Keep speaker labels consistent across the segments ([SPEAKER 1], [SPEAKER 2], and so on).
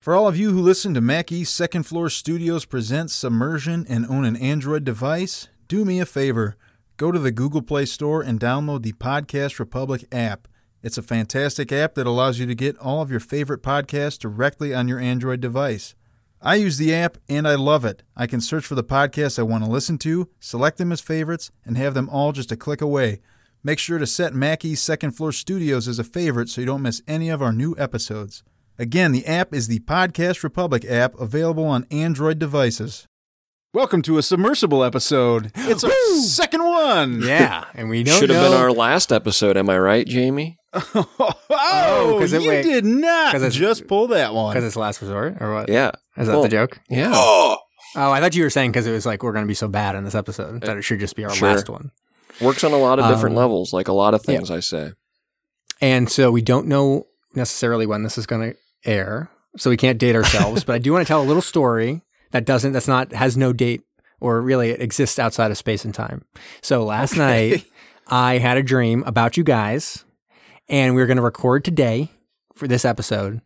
[SPEAKER 1] For all of you who listen to Mackey's Second Floor Studios Presents Submersion and own an Android device, do me a favor. Go to the Google Play Store and download the Podcast Republic app. It's a fantastic app that allows you to get all of your favorite podcasts directly on your Android device. I use the app and I love it. I can search for the podcasts I want to listen to, select them as favorites, and have them all just a click away. Make sure to set Mackey's Second Floor Studios as a favorite so you don't miss any of our new episodes. Again, the app is the Podcast Republic app available on Android devices. Welcome to a submersible episode. It's our second one.
[SPEAKER 2] Yeah, and we don't
[SPEAKER 3] Should have
[SPEAKER 2] know
[SPEAKER 3] been our last episode, am I right, Jamie?
[SPEAKER 1] Oh,
[SPEAKER 2] 'cause it-
[SPEAKER 1] you
[SPEAKER 2] wait.
[SPEAKER 1] did not
[SPEAKER 2] 'Cause it's-
[SPEAKER 1] just pull that
[SPEAKER 2] because
[SPEAKER 1] one.
[SPEAKER 2] it's last resort or what?
[SPEAKER 3] Yeah.
[SPEAKER 2] is that
[SPEAKER 3] Well,
[SPEAKER 2] the joke?
[SPEAKER 3] Yeah.
[SPEAKER 2] Oh, I thought you were saying because it was like we're going to be so bad in this episode that it should just be our
[SPEAKER 3] Uh, Sure.
[SPEAKER 2] last one.
[SPEAKER 3] Works on a lot of different
[SPEAKER 2] Um,
[SPEAKER 3] levels, like a lot of things I say.
[SPEAKER 2] And so we don't know necessarily when this is going to air, so we can't date ourselves. but I do want to tell a little story that doesn't, that's not, has no date or really it exists outside of space and time. So last night I had a dream about you guys, and we were going to record today for this episode,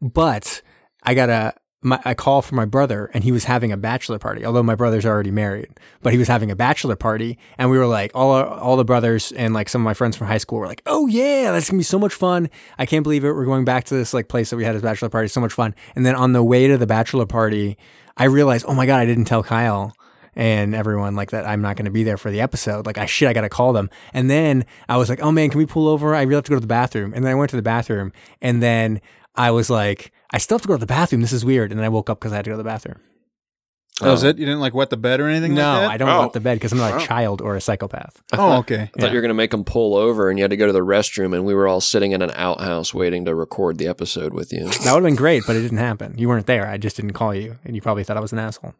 [SPEAKER 2] but I got a. My, a call from my brother, and he was having a bachelor party. Although my brother's already married, but he was having a bachelor party, and we were like, all our, all the brothers and like some of my friends from high school were like, "Oh yeah, that's gonna be so much fun! I can't believe it. We're going back to this like place that we had his bachelor party. So much fun!" And then on the way to the bachelor party, I realized, "Oh my god, I didn't tell Kyle." and everyone like that I'm not going to be there for the episode. Like I shit, I got to call them. And then I was like, oh man, can we pull over? I really have to go to the bathroom. And then I went to the bathroom, and then I was like, I still have to go to the bathroom. This is weird. And then I woke up because I had to go to the bathroom.
[SPEAKER 1] That was it? You didn't like wet the bed or anything
[SPEAKER 2] No,
[SPEAKER 1] like that?
[SPEAKER 2] I don't
[SPEAKER 3] Oh.
[SPEAKER 2] want the bed because I'm not a child or a psychopath.
[SPEAKER 1] Oh, okay.
[SPEAKER 3] I thought you were going to make them pull over and you had to go to the restroom, and we were all sitting in an outhouse waiting to record the episode with you.
[SPEAKER 2] That would have been great, but it didn't happen. You weren't there. I just didn't call you, and you probably thought I was an asshole.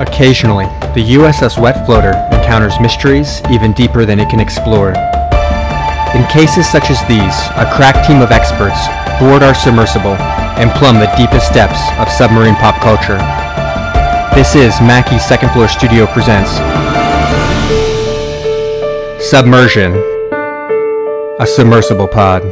[SPEAKER 2] Occasionally, the USS Wet Floater encounters mysteries even deeper than it can explore. In cases such as these, a crack team of experts board our submersible and plumb the deepest depths of submarine pop culture. This is Mackey Second Floor Studio presents Submersion, a submersible pod.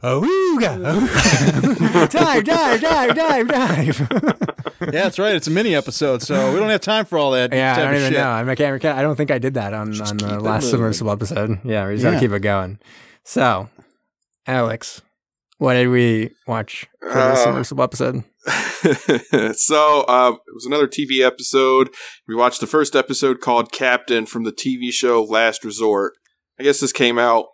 [SPEAKER 2] Awooga! dive, dive, dive, dive, dive.
[SPEAKER 1] yeah, that's right. It's a mini episode, so we don't have time for all that.
[SPEAKER 2] yeah, I
[SPEAKER 1] type
[SPEAKER 2] don't
[SPEAKER 1] of
[SPEAKER 2] even
[SPEAKER 1] shit.
[SPEAKER 2] know. I'm- I, can't, I can't- I don't think I did that on, on the
[SPEAKER 3] keep it
[SPEAKER 2] last
[SPEAKER 3] moving.
[SPEAKER 2] submersible episode. Yeah, we just
[SPEAKER 1] Yeah.
[SPEAKER 2] gotta keep it going. So, Alex, what did we watch for the
[SPEAKER 4] Uh,
[SPEAKER 2] submersible episode?
[SPEAKER 4] so uh, it was another TV episode. We watched the first episode called Captain from the TV show Last Resort. I guess this came out.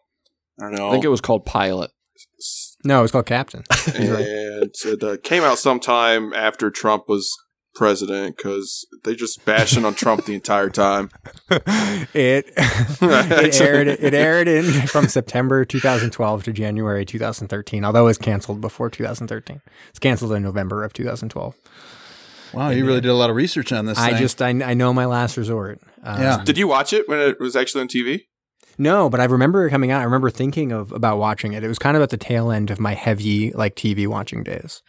[SPEAKER 4] I don't know.
[SPEAKER 3] I think it was called Pilot.
[SPEAKER 2] No, it was called Captain.
[SPEAKER 4] and it uh, came out sometime after Trump was president because they just bashing on Trump the entire time.
[SPEAKER 2] it it aired it aired in from September 2012 to January 2013. Although it was canceled before 2013, it's canceled in November of 2012.
[SPEAKER 1] Wow, you really did a lot of research on this.
[SPEAKER 2] I
[SPEAKER 1] thing.
[SPEAKER 2] just I, I know my last resort. Um,
[SPEAKER 1] Yeah.
[SPEAKER 4] Did you watch it when it was actually on TV?
[SPEAKER 2] No, but I remember it coming out. I remember thinking of about watching it. It was kind of at the tail end of my heavy like TV watching days.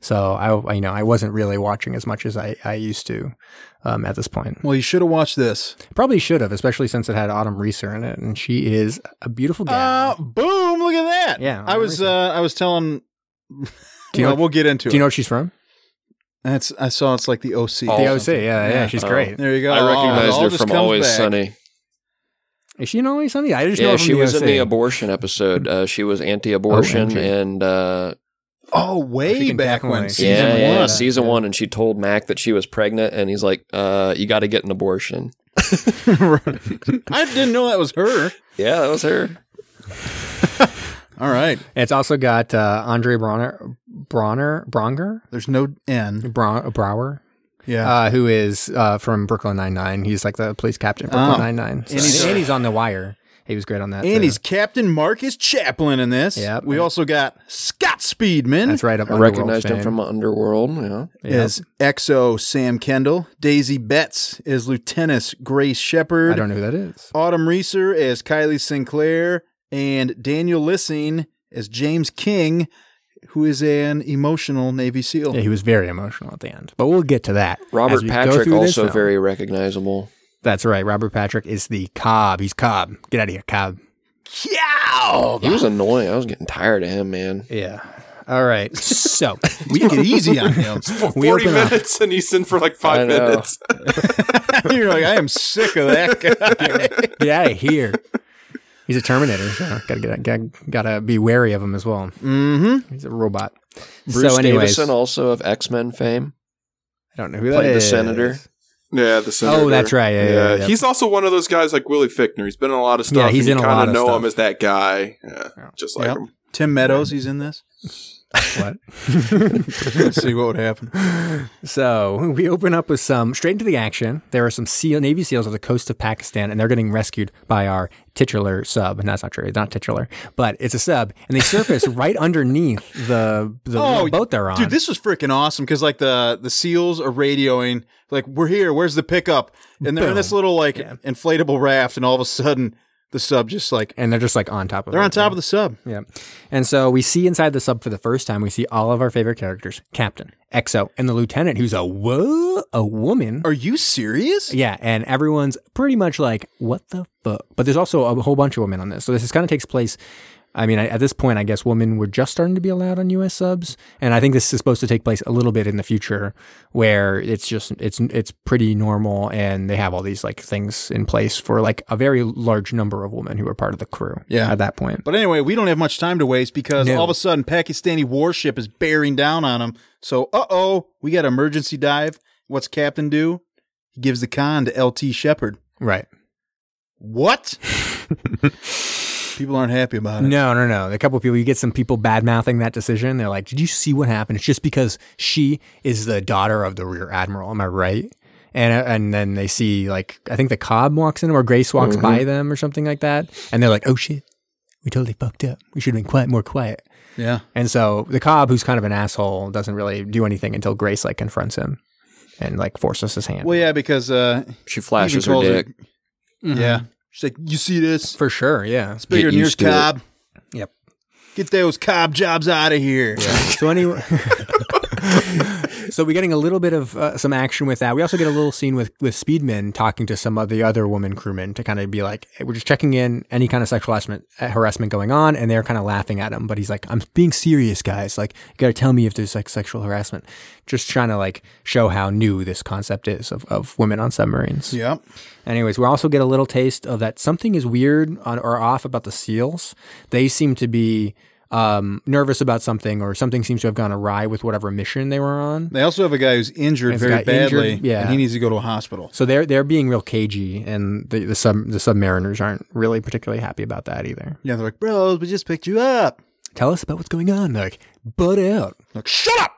[SPEAKER 2] So I, I you know I wasn't really watching as much as I, I used to um, at this point.
[SPEAKER 1] well, you should have watched this.
[SPEAKER 2] Probably should have, especially since it had Autumn Reeser in it, and she is a beautiful gal.
[SPEAKER 1] Uh, boom! Look at that.
[SPEAKER 2] Yeah,
[SPEAKER 1] Oh, I was.
[SPEAKER 2] amazing.
[SPEAKER 1] Uh, I was telling.
[SPEAKER 2] Do you
[SPEAKER 1] well,
[SPEAKER 2] know-
[SPEAKER 1] we'll get into
[SPEAKER 2] Do
[SPEAKER 1] it.
[SPEAKER 2] you know what she's from?
[SPEAKER 1] That's. I saw it's like the OC. or
[SPEAKER 2] The OC, yeah,
[SPEAKER 1] something.
[SPEAKER 2] yeah, she's
[SPEAKER 3] Oh.
[SPEAKER 2] great.
[SPEAKER 1] There you go.
[SPEAKER 3] I
[SPEAKER 1] Oh, it
[SPEAKER 3] recognized
[SPEAKER 1] all
[SPEAKER 3] her
[SPEAKER 1] just
[SPEAKER 3] from
[SPEAKER 1] comes
[SPEAKER 3] Always
[SPEAKER 1] back.
[SPEAKER 3] Sunny.
[SPEAKER 2] Is she in Always Sunny? I just know
[SPEAKER 3] Yeah,
[SPEAKER 2] her from
[SPEAKER 3] she
[SPEAKER 2] the
[SPEAKER 3] was in
[SPEAKER 2] OC.
[SPEAKER 3] the abortion episode. Uh, she was anti abortion
[SPEAKER 2] Oh,
[SPEAKER 3] and uh,
[SPEAKER 1] Oh,
[SPEAKER 2] She
[SPEAKER 1] way
[SPEAKER 2] can
[SPEAKER 1] back when
[SPEAKER 2] definitely-
[SPEAKER 1] season
[SPEAKER 3] yeah,
[SPEAKER 1] one.
[SPEAKER 3] yeah,
[SPEAKER 2] one.
[SPEAKER 3] season
[SPEAKER 2] Yeah.
[SPEAKER 3] one. And she told Mac that she was pregnant, and he's like, uh, You got to get an abortion.
[SPEAKER 1] I didn't know that was her.
[SPEAKER 3] Yeah, that was her.
[SPEAKER 1] All right.
[SPEAKER 2] It's also got uh, Andre Bronner, Bronner, Bronger,
[SPEAKER 1] There's no N.
[SPEAKER 2] Bron- Brower,
[SPEAKER 1] Yeah.
[SPEAKER 2] uh, who is uh, from Brooklyn Nine Nine. He's like the police captain of
[SPEAKER 1] Oh.
[SPEAKER 2] Brooklyn Nine Nine.
[SPEAKER 1] And he's-
[SPEAKER 2] and he's on The Wire. He was great on that.
[SPEAKER 1] and
[SPEAKER 2] too.
[SPEAKER 1] he's Captain Marcus Chaplin in this.
[SPEAKER 2] Yep.
[SPEAKER 1] We also got Scott Speedman.
[SPEAKER 2] that's right up.
[SPEAKER 3] I
[SPEAKER 2] Underworld
[SPEAKER 3] recognized him
[SPEAKER 2] fame.
[SPEAKER 3] from Underworld. Yeah.
[SPEAKER 2] Yep.
[SPEAKER 1] Is EXO Sam Kendall. Daisy Betts is Lieutenant Grace
[SPEAKER 2] I
[SPEAKER 1] Shepard.
[SPEAKER 2] don't know who that is.
[SPEAKER 1] Autumn Reeser as Kylie Sinclair. And Daniel Lissing as James King, who is an emotional Navy SEAL.
[SPEAKER 2] Yeah, he was very emotional at the end, but we'll get to that. as
[SPEAKER 3] Robert
[SPEAKER 2] we go
[SPEAKER 3] Patrick
[SPEAKER 2] through this
[SPEAKER 3] also
[SPEAKER 2] film.
[SPEAKER 3] very recognizable.
[SPEAKER 2] That's right. Robert Patrick is the Cobb. He's Cobb. Get out of here, Cobb. Yeah.
[SPEAKER 3] He was annoying. I was getting tired of him, man.
[SPEAKER 2] Yeah. All right. So
[SPEAKER 1] We get easy on him.
[SPEAKER 2] we
[SPEAKER 4] 40
[SPEAKER 2] open up.
[SPEAKER 4] minutes and he's in for like
[SPEAKER 3] I
[SPEAKER 4] five
[SPEAKER 3] know.
[SPEAKER 4] minutes.
[SPEAKER 1] You're like, I am sick of that guy.
[SPEAKER 2] Get out of here. He's a Terminator. So gotta get gotta, gotta be wary of him as well.
[SPEAKER 1] mm-hmm.
[SPEAKER 2] He's a robot.
[SPEAKER 3] Bruce
[SPEAKER 2] so, anyways,
[SPEAKER 3] Davison, also of X Men fame.
[SPEAKER 2] I don't know who that
[SPEAKER 3] Played the
[SPEAKER 2] is.
[SPEAKER 3] senator.
[SPEAKER 4] Yeah, the senator.
[SPEAKER 2] Oh, that's right. Yeah, yeah, yeah.
[SPEAKER 4] He's also one of those guys like Willie Fickner. He's been in a lot of stuff.
[SPEAKER 2] Yeah, he's in
[SPEAKER 4] and
[SPEAKER 2] a
[SPEAKER 4] you kinda
[SPEAKER 2] lot of
[SPEAKER 4] know
[SPEAKER 2] stuff.
[SPEAKER 4] him as that guy. Yeah, just like
[SPEAKER 1] Yep.
[SPEAKER 4] him.
[SPEAKER 1] Tim Meadows, he's in this.
[SPEAKER 2] What?
[SPEAKER 1] Let's see what would happen.
[SPEAKER 2] So we open up with some straight into the action. There are some SEAL, Navy SEALs on the coast of Pakistan, and they're getting rescued by our titular sub. And that's not true; it's not titular, but it's a sub, and they surface right underneath the the little boat they're on.
[SPEAKER 1] Oh, Dude, this was freaking awesome because like the the seals are radioing, like we're here. Where's the pickup? And they're in this
[SPEAKER 2] Boom.
[SPEAKER 1] little like inflatable raft, and all of a sudden the sub just like
[SPEAKER 2] and they're just like on top of.
[SPEAKER 1] they're
[SPEAKER 2] it.
[SPEAKER 1] on top of the sub.
[SPEAKER 2] Yeah. And so we see inside the sub for the first time, we see all of our favorite characters Captain, Exo, and the Lieutenant, who's a whoa, a woman.
[SPEAKER 1] Are you serious?
[SPEAKER 2] Yeah. And everyone's pretty much like, what the fuck? But there's also a whole bunch of women on this. So this kind of takes place. I mean, I, at this point, I guess women were just starting to be allowed on U.S. subs, and I think this is supposed to take place a little bit in the future, where it's just it's it's pretty normal, and they have all these like things in place for like a very large number of women who are part of the crew.
[SPEAKER 1] Yeah.
[SPEAKER 2] at that point.
[SPEAKER 1] But anyway, we don't have much time to waste because
[SPEAKER 2] No.
[SPEAKER 1] all of a sudden Pakistani warship is bearing down on them. So, uh oh, we got emergency dive. What's Captain do? He gives the con to LT Shepard.
[SPEAKER 2] Right.
[SPEAKER 1] What? People aren't happy about it.
[SPEAKER 2] No, no, no. A couple of people, you get some people bad mouthing that decision. They're like, did you see what happened? It's just because she is the daughter of the rear admiral. Am I right? And, uh, and then they see, like, I think the Cobb walks in or Grace walks
[SPEAKER 1] Mm-hmm.
[SPEAKER 2] by them or something like that. And they're like, oh shit, we totally fucked up. We should have been quiet, more quiet.
[SPEAKER 1] Yeah.
[SPEAKER 2] And so the Cobb, who's kind of an asshole, doesn't really do anything until Grace, like, confronts him and, like, forces his hand.
[SPEAKER 1] Well, yeah, because uh,
[SPEAKER 3] She
[SPEAKER 1] he even
[SPEAKER 3] flashes her
[SPEAKER 1] calls
[SPEAKER 3] dick.
[SPEAKER 2] Mhm.
[SPEAKER 1] Yeah. She's like, you see this?
[SPEAKER 2] For sure. Yeah.
[SPEAKER 1] It's bigger
[SPEAKER 3] Get
[SPEAKER 1] than yours,
[SPEAKER 3] used to it.
[SPEAKER 1] Cobb.
[SPEAKER 2] Yep.
[SPEAKER 1] Get those Cobb jobs out of here.
[SPEAKER 2] So anyway, so we're getting a little bit of uh, some action with that. We also get a little scene with with Speedman talking to some of the other woman crewmen to kind of be like, hey, we're just checking in any kind of sexual harassment, uh, harassment going on, and they're kind of laughing at him. But he's like, I'm being serious, guys. Like, you gotta tell me if there's like sexual harassment. Just trying to like show how new this concept is of of women on submarines.
[SPEAKER 1] Yep.
[SPEAKER 2] Anyways, we also get a little taste of that something is weird on or off about the seals. They seem to be um, nervous about something, or something seems to have gone awry with whatever mission they were on.
[SPEAKER 1] They also have a guy who's injured
[SPEAKER 2] He's
[SPEAKER 1] very
[SPEAKER 2] got injured,
[SPEAKER 1] badly,
[SPEAKER 2] yeah.
[SPEAKER 1] and he needs to go to a hospital.
[SPEAKER 2] So they're they're being real cagey, and the the sub the submariners aren't really particularly happy about that either.
[SPEAKER 1] Yeah, they're like, bros, we just picked you up.
[SPEAKER 2] Tell us about what's going on. They're like, butt out.
[SPEAKER 1] Like, shut up!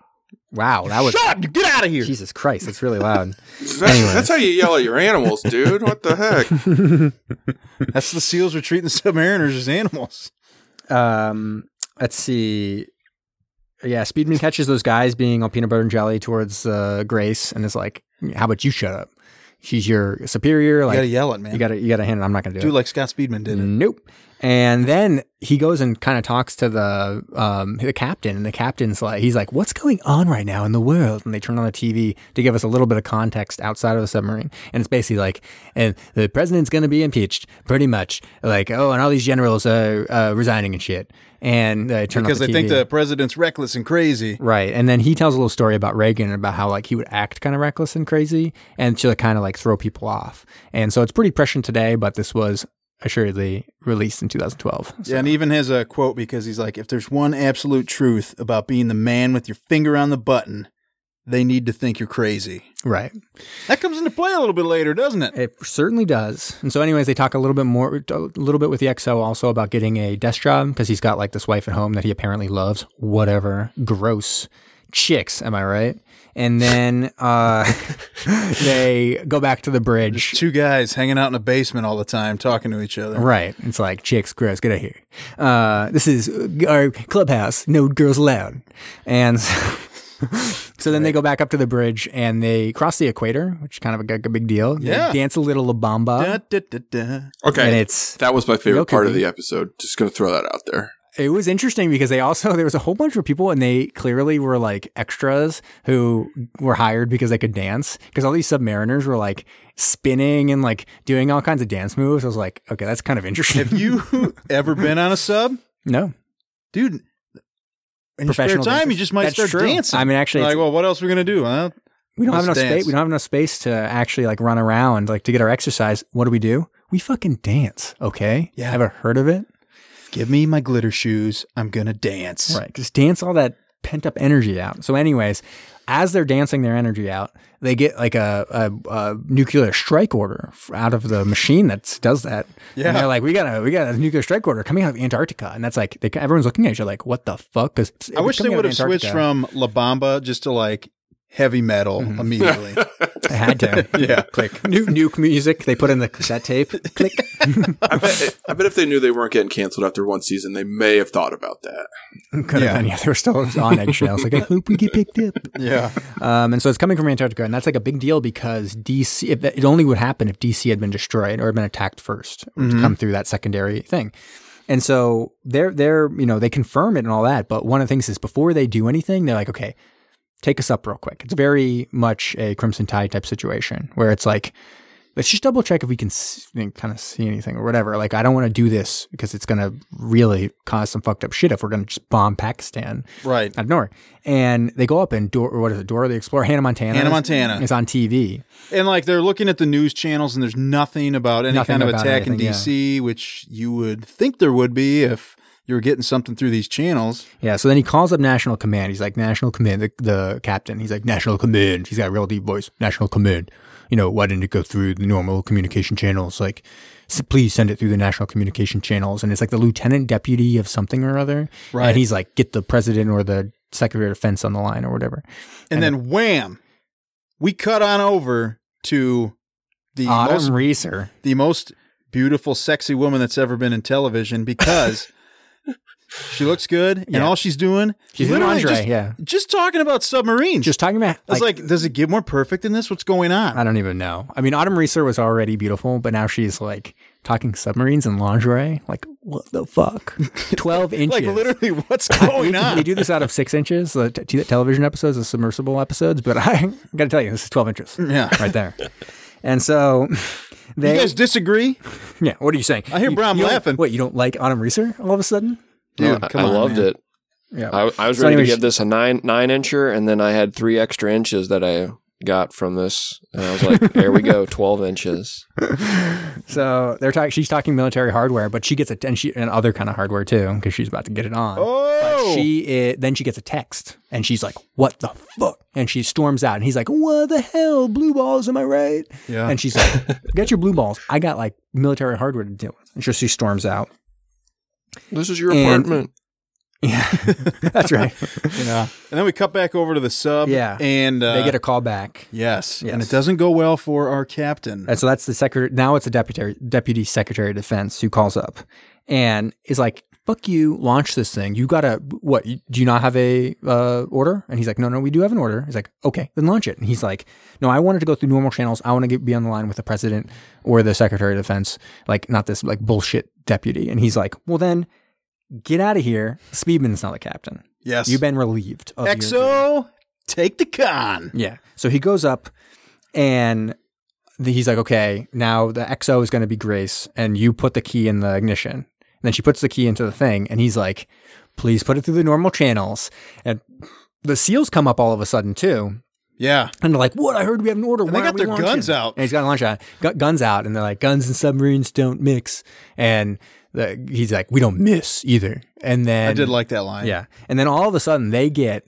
[SPEAKER 2] Wow, that was
[SPEAKER 1] Shut up! You Get out of here!
[SPEAKER 2] Jesus Christ. That's really loud.
[SPEAKER 4] That- that's how you yell at your animals, dude. What the heck?
[SPEAKER 1] That's the SEALs were treating the submariners as animals.
[SPEAKER 2] um, let's see. Yeah, Speedman catches those guys being all peanut butter and jelly towards uh, Grace, and is like, "How about you shut up? She's your superior.
[SPEAKER 1] You
[SPEAKER 2] Like
[SPEAKER 1] gotta yell it, man.
[SPEAKER 2] you gotta, you gotta hand it. I'm not gonna do
[SPEAKER 1] do
[SPEAKER 2] it. Mm-hmm.
[SPEAKER 1] like Scott Speedman did it.
[SPEAKER 2] Nope. And then he goes and kind of talks to the um, the captain, and the captain's like, he's like, "What's going on right now in the world?" And they turn on the TV to give us a little bit of context outside of the submarine, and it's basically like, "And the president's going to be impeached, pretty much." Like, "Oh, and all these generals are uh, resigning and shit." And they turn
[SPEAKER 1] Because they
[SPEAKER 2] off the
[SPEAKER 1] think
[SPEAKER 2] TV.
[SPEAKER 1] the president's reckless and crazy.
[SPEAKER 2] Right. And then he tells a little story about Reagan and about how like he would act kind of reckless and crazy and to kind of like throw people off. And so it's pretty prescient today, but this was assuredly released in 2012. So-
[SPEAKER 1] Yeah, and he even has a quote because he's like, if there's one absolute truth about being the man with your finger on the button, they need to think you're crazy.
[SPEAKER 2] Right.
[SPEAKER 1] That comes into play a little bit later, doesn't it?
[SPEAKER 2] It certainly does. And so, anyways, they talk a little bit more, a little bit with the XO also about getting a desk job because he's got like this wife at home that he apparently loves. Whatever. Gross. Chicks, am I right? And then uh, they go back to the bridge.
[SPEAKER 1] Two guys hanging out in a basement all the time talking to each other.
[SPEAKER 2] Right. It's like chicks, gross, get out of here. Uh, this is uh, our clubhouse. No girls allowed. And so, so then they go back up to the bridge and they cross the equator, which is kind of a, g- a big deal. They
[SPEAKER 1] Yeah.
[SPEAKER 2] dance a little La Bamba.
[SPEAKER 1] Da, da, da, da.
[SPEAKER 4] Okay.
[SPEAKER 2] And it's
[SPEAKER 4] that was my favorite
[SPEAKER 2] Milk
[SPEAKER 4] part of
[SPEAKER 2] Cookie.
[SPEAKER 4] the episode. Just going to throw that out there.
[SPEAKER 2] It was interesting because they also there was a whole bunch of people and they clearly were like extras who were hired because they could dance because all these submariners were like spinning and like doing all kinds of dance moves. I was like, okay, that's kind of interesting.
[SPEAKER 1] Have you ever been on a sub,
[SPEAKER 2] no,
[SPEAKER 1] dude? In your spare
[SPEAKER 2] Professional
[SPEAKER 1] time,
[SPEAKER 2] dancer.
[SPEAKER 1] you just might
[SPEAKER 2] That's
[SPEAKER 1] start
[SPEAKER 2] true.
[SPEAKER 1] dancing.
[SPEAKER 2] I mean, actually,
[SPEAKER 1] like,
[SPEAKER 2] it's-
[SPEAKER 1] well, what else are we gonna do? Huh?
[SPEAKER 2] we don't have enough
[SPEAKER 1] let's dance.
[SPEAKER 2] space. We don't have enough space to actually like run around like to get our exercise. What do we do? We fucking dance. Okay.
[SPEAKER 1] Yeah.
[SPEAKER 2] Ever heard of it?
[SPEAKER 1] Give me my glitter shoes. I'm gonna dance.
[SPEAKER 2] Right. Just dance all that pent up energy out. So, anyways, as they're dancing their energy out, they get like a, a, a nuclear strike order f- out of the machine that does that.
[SPEAKER 1] Yeah.
[SPEAKER 2] And they're like, we got a we got a nuclear strike order coming out of Antarctica, and that's like they, everyone's looking at you like, what the fuck? Because
[SPEAKER 1] I wish they would have switched from La Bamba just to like heavy metal immediately.
[SPEAKER 2] I had to.
[SPEAKER 1] Yeah.
[SPEAKER 2] Click. Nu- nuke music. They put in the cassette tape. Click.
[SPEAKER 4] I bet, I bet if they knew they weren't getting canceled after one season, they may have thought about that.
[SPEAKER 2] Could have
[SPEAKER 1] Yeah.
[SPEAKER 2] been. Yeah. They were still on eggshells. Like I hope we get picked up.
[SPEAKER 1] yeah.
[SPEAKER 2] Um, and so it's coming from Antarctica, and that's like a big deal because DC. If, it only would happen if DC had been destroyed or had been attacked first, or to come through that secondary thing. And so they're they're you know they confirm it and all that, but one of the things is before they do anything, they're like, okay, take us up real quick. It's very much a Crimson Tide type situation where it's like, let's just double check if we can s- kind of see anything or whatever. Like, I don't want to do this because it's going to really cause some fucked up shit if we're going to just bomb Pakistan
[SPEAKER 1] Right.
[SPEAKER 2] out of nowhere. And they go up and Dor- or what is it? Dora the Explorer, Hannah Montana.
[SPEAKER 1] Hannah
[SPEAKER 2] is-
[SPEAKER 1] Montana.
[SPEAKER 2] is on TV.
[SPEAKER 1] And like they're looking at the news channels and there's nothing about any
[SPEAKER 2] Nothing
[SPEAKER 1] kind of
[SPEAKER 2] about
[SPEAKER 1] attack in
[SPEAKER 2] anything, yeah.
[SPEAKER 1] DC, which you would think there would be if you were getting something through these channels.
[SPEAKER 2] Yeah. So then he calls up National Command. He's like National Command, the, the captain. He's like National Command. He's got a real deep voice. National Command. You know why didn't it go through the normal communication channels? Like, s- please send it through the national communication channels. And it's like the lieutenant deputy of something or other.
[SPEAKER 1] Right.
[SPEAKER 2] And he's like, get the president or the secretary of defense on the line or whatever.
[SPEAKER 1] And, then wham, we cut on over to the
[SPEAKER 2] Autumn
[SPEAKER 1] most
[SPEAKER 2] Reeser.
[SPEAKER 1] the most beautiful, sexy woman that's ever been in television because she looks good and
[SPEAKER 2] Yeah.
[SPEAKER 1] all she's doing
[SPEAKER 2] She's in
[SPEAKER 1] literally
[SPEAKER 2] lingerie,
[SPEAKER 1] just,
[SPEAKER 2] yeah.
[SPEAKER 1] just talking about submarines.
[SPEAKER 2] Just talking about
[SPEAKER 1] I was like, does it get more perfect than this? What's going on?
[SPEAKER 2] I don't even know. I mean, Autumn Reeser was already beautiful, but now she's like talking submarines and lingerie. Like, what the fuck? 12 inches.
[SPEAKER 1] Like literally, what's
[SPEAKER 2] I-
[SPEAKER 1] going
[SPEAKER 2] they,
[SPEAKER 1] on?
[SPEAKER 2] They do this out of six inches, the t- t- television episodes, the submersible episodes, but I gotta tell you, this is 12 inches
[SPEAKER 1] Yeah.
[SPEAKER 2] right there. And so
[SPEAKER 1] You
[SPEAKER 2] they.
[SPEAKER 1] guys disagree?
[SPEAKER 2] yeah, what are you saying?
[SPEAKER 1] I hear
[SPEAKER 2] You-
[SPEAKER 1] Brom
[SPEAKER 2] you don't-
[SPEAKER 1] laughing.
[SPEAKER 2] What, you don't like Autumn Reeser all of a sudden?
[SPEAKER 1] Dude,
[SPEAKER 3] I,
[SPEAKER 1] come
[SPEAKER 3] I
[SPEAKER 1] on,
[SPEAKER 3] loved
[SPEAKER 1] man.
[SPEAKER 3] it.
[SPEAKER 2] Yeah.
[SPEAKER 3] I, I was
[SPEAKER 2] So
[SPEAKER 3] ready
[SPEAKER 2] anyways-
[SPEAKER 3] to give this a nine nine incher, and then I had three extra inches that I got from this, and I was like, "There we go, twelve inches."
[SPEAKER 2] So they're talking. She's talking military hardware, but she gets a and she and other kind of hardware too because she's about to get it on.
[SPEAKER 1] Oh.
[SPEAKER 2] But she i then she gets a text and she's like, "What the fuck?" And she storms out and he's like, "What the hell? Blue balls? Am I right?"
[SPEAKER 1] Yeah.
[SPEAKER 2] And she's like, "Get your blue balls. I got like military hardware to deal with." And so she storms out.
[SPEAKER 3] This is your
[SPEAKER 2] And-
[SPEAKER 3] apartment.
[SPEAKER 2] Yeah, that's right.
[SPEAKER 1] Yeah. And then we cut back over to the sub.
[SPEAKER 2] Yeah.
[SPEAKER 1] And uh,
[SPEAKER 2] they get a call back.
[SPEAKER 1] yes, And it
[SPEAKER 2] Yes. Uh,
[SPEAKER 1] doesn't go well for our captain.
[SPEAKER 2] And so that's the secretary. Now it's a deputy deputy secretary of defense who calls up and is like, "Fuck you! Launch this thing. You gotta what? you- Do you not have a uh, order?" And he's like, "No, no, we do have an order." He's like, "Okay, then launch it." And he's like, "No, I wanted to go through normal channels. I want to get, be on the line with the president or the secretary of defense, like not this like bullshit deputy." And he's like, "Well, then get out of here. Speedman's not the captain.
[SPEAKER 1] yes.
[SPEAKER 2] You've been relieved." Of your-
[SPEAKER 1] Exo, take the con.
[SPEAKER 2] yeah. So he goes up and the, he's like, okay, now the XO is going to be Grace and you put the key in the ignition. And then she puts the key into the thing and he's like, please put it through the normal channels. And the seals come up all of a sudden too.
[SPEAKER 1] Yeah.
[SPEAKER 2] And they're like, what? I heard we have an order.
[SPEAKER 1] And
[SPEAKER 2] Why
[SPEAKER 1] they got
[SPEAKER 2] aren't we
[SPEAKER 1] their
[SPEAKER 2] launching?"
[SPEAKER 1] guns out.
[SPEAKER 2] And he's got a launch out, gu- guns out. And they're like, guns and submarines don't mix. And the, he's like, we don't miss either. And then
[SPEAKER 1] I did like that line.
[SPEAKER 2] yeah. And then all of a sudden they get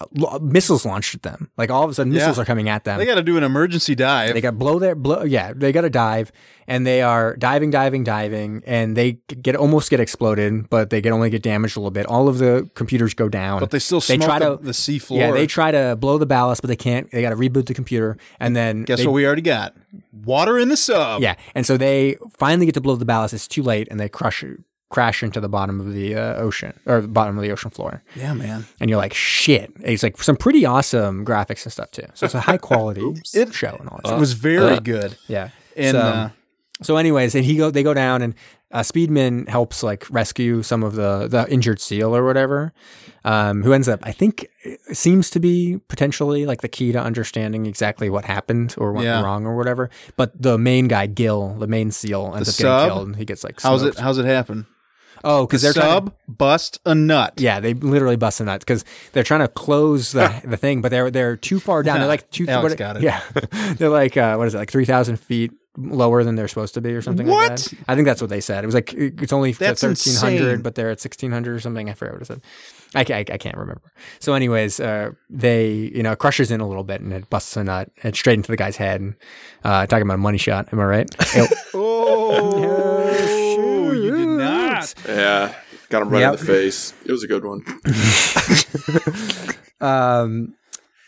[SPEAKER 2] uh, lo- missiles launched at them. Like all of a sudden missiles
[SPEAKER 1] Yeah.
[SPEAKER 2] are coming at them.
[SPEAKER 1] They got to do an emergency dive.
[SPEAKER 2] They got blow their blow. Yeah, they got to dive, and they are diving, diving, diving, and they get almost get exploded, but they can only get damaged a little bit. All of the computers go down,
[SPEAKER 1] but they still smoke
[SPEAKER 2] try
[SPEAKER 1] the,
[SPEAKER 2] to-
[SPEAKER 1] the sea floor.
[SPEAKER 2] yeah, they try to blow the ballast, but they can't. They got to reboot the computer, and then
[SPEAKER 1] Guess
[SPEAKER 2] they-
[SPEAKER 1] what we already got? Water in the sub.
[SPEAKER 2] yeah, and so they finally get to blow the ballast. It's too late, and they crush crash into the bottom of the uh, ocean or the bottom of the ocean floor.
[SPEAKER 1] Yeah, man.
[SPEAKER 2] and you're like, shit. It's like some pretty awesome graphics and stuff too. So it's a high quality show and all that.
[SPEAKER 1] It
[SPEAKER 2] stuff.
[SPEAKER 1] was very good.
[SPEAKER 2] yeah.
[SPEAKER 1] And
[SPEAKER 2] so,
[SPEAKER 1] uh,
[SPEAKER 2] So, anyways, and he go they go down, and uh, Speedman helps like rescue some of the the injured seal or whatever, um, who ends up I think seems to be potentially like the key to understanding exactly what happened or went
[SPEAKER 1] Yeah.
[SPEAKER 2] wrong or whatever. But the main guy, Gil, the main seal, ends
[SPEAKER 1] The
[SPEAKER 2] up
[SPEAKER 1] sub?
[SPEAKER 2] getting killed. And he gets like
[SPEAKER 1] How's it?
[SPEAKER 2] smoked.
[SPEAKER 1] How's it happen?
[SPEAKER 2] Oh, because
[SPEAKER 1] the
[SPEAKER 2] they're trying to-
[SPEAKER 1] sub bust a nut.
[SPEAKER 2] yeah, they literally bust a nut because they're trying to close the the thing, but they're they're too far down. They're like two.
[SPEAKER 1] Alex
[SPEAKER 2] what-
[SPEAKER 1] got it.
[SPEAKER 2] Yeah, they're like uh, what is it? Like three thousand feet lower than they're supposed to be, or something. like
[SPEAKER 1] What?
[SPEAKER 2] that. I think that's what they said. It was like it- it's only
[SPEAKER 1] That's
[SPEAKER 2] thirteen
[SPEAKER 1] insane.
[SPEAKER 2] hundred, but they're at sixteen hundred or something. I forget what it said. I, ca- I, I can't remember. So, anyways, uh, they you know it crushes in a little bit and it busts a nut and straight into the guy's head. And, uh, talking about a money shot, am I right? Yep.
[SPEAKER 1] Oh, you did not.
[SPEAKER 4] Yeah. Got him right
[SPEAKER 2] Yep.
[SPEAKER 4] in the face. It was a good one.
[SPEAKER 2] Um,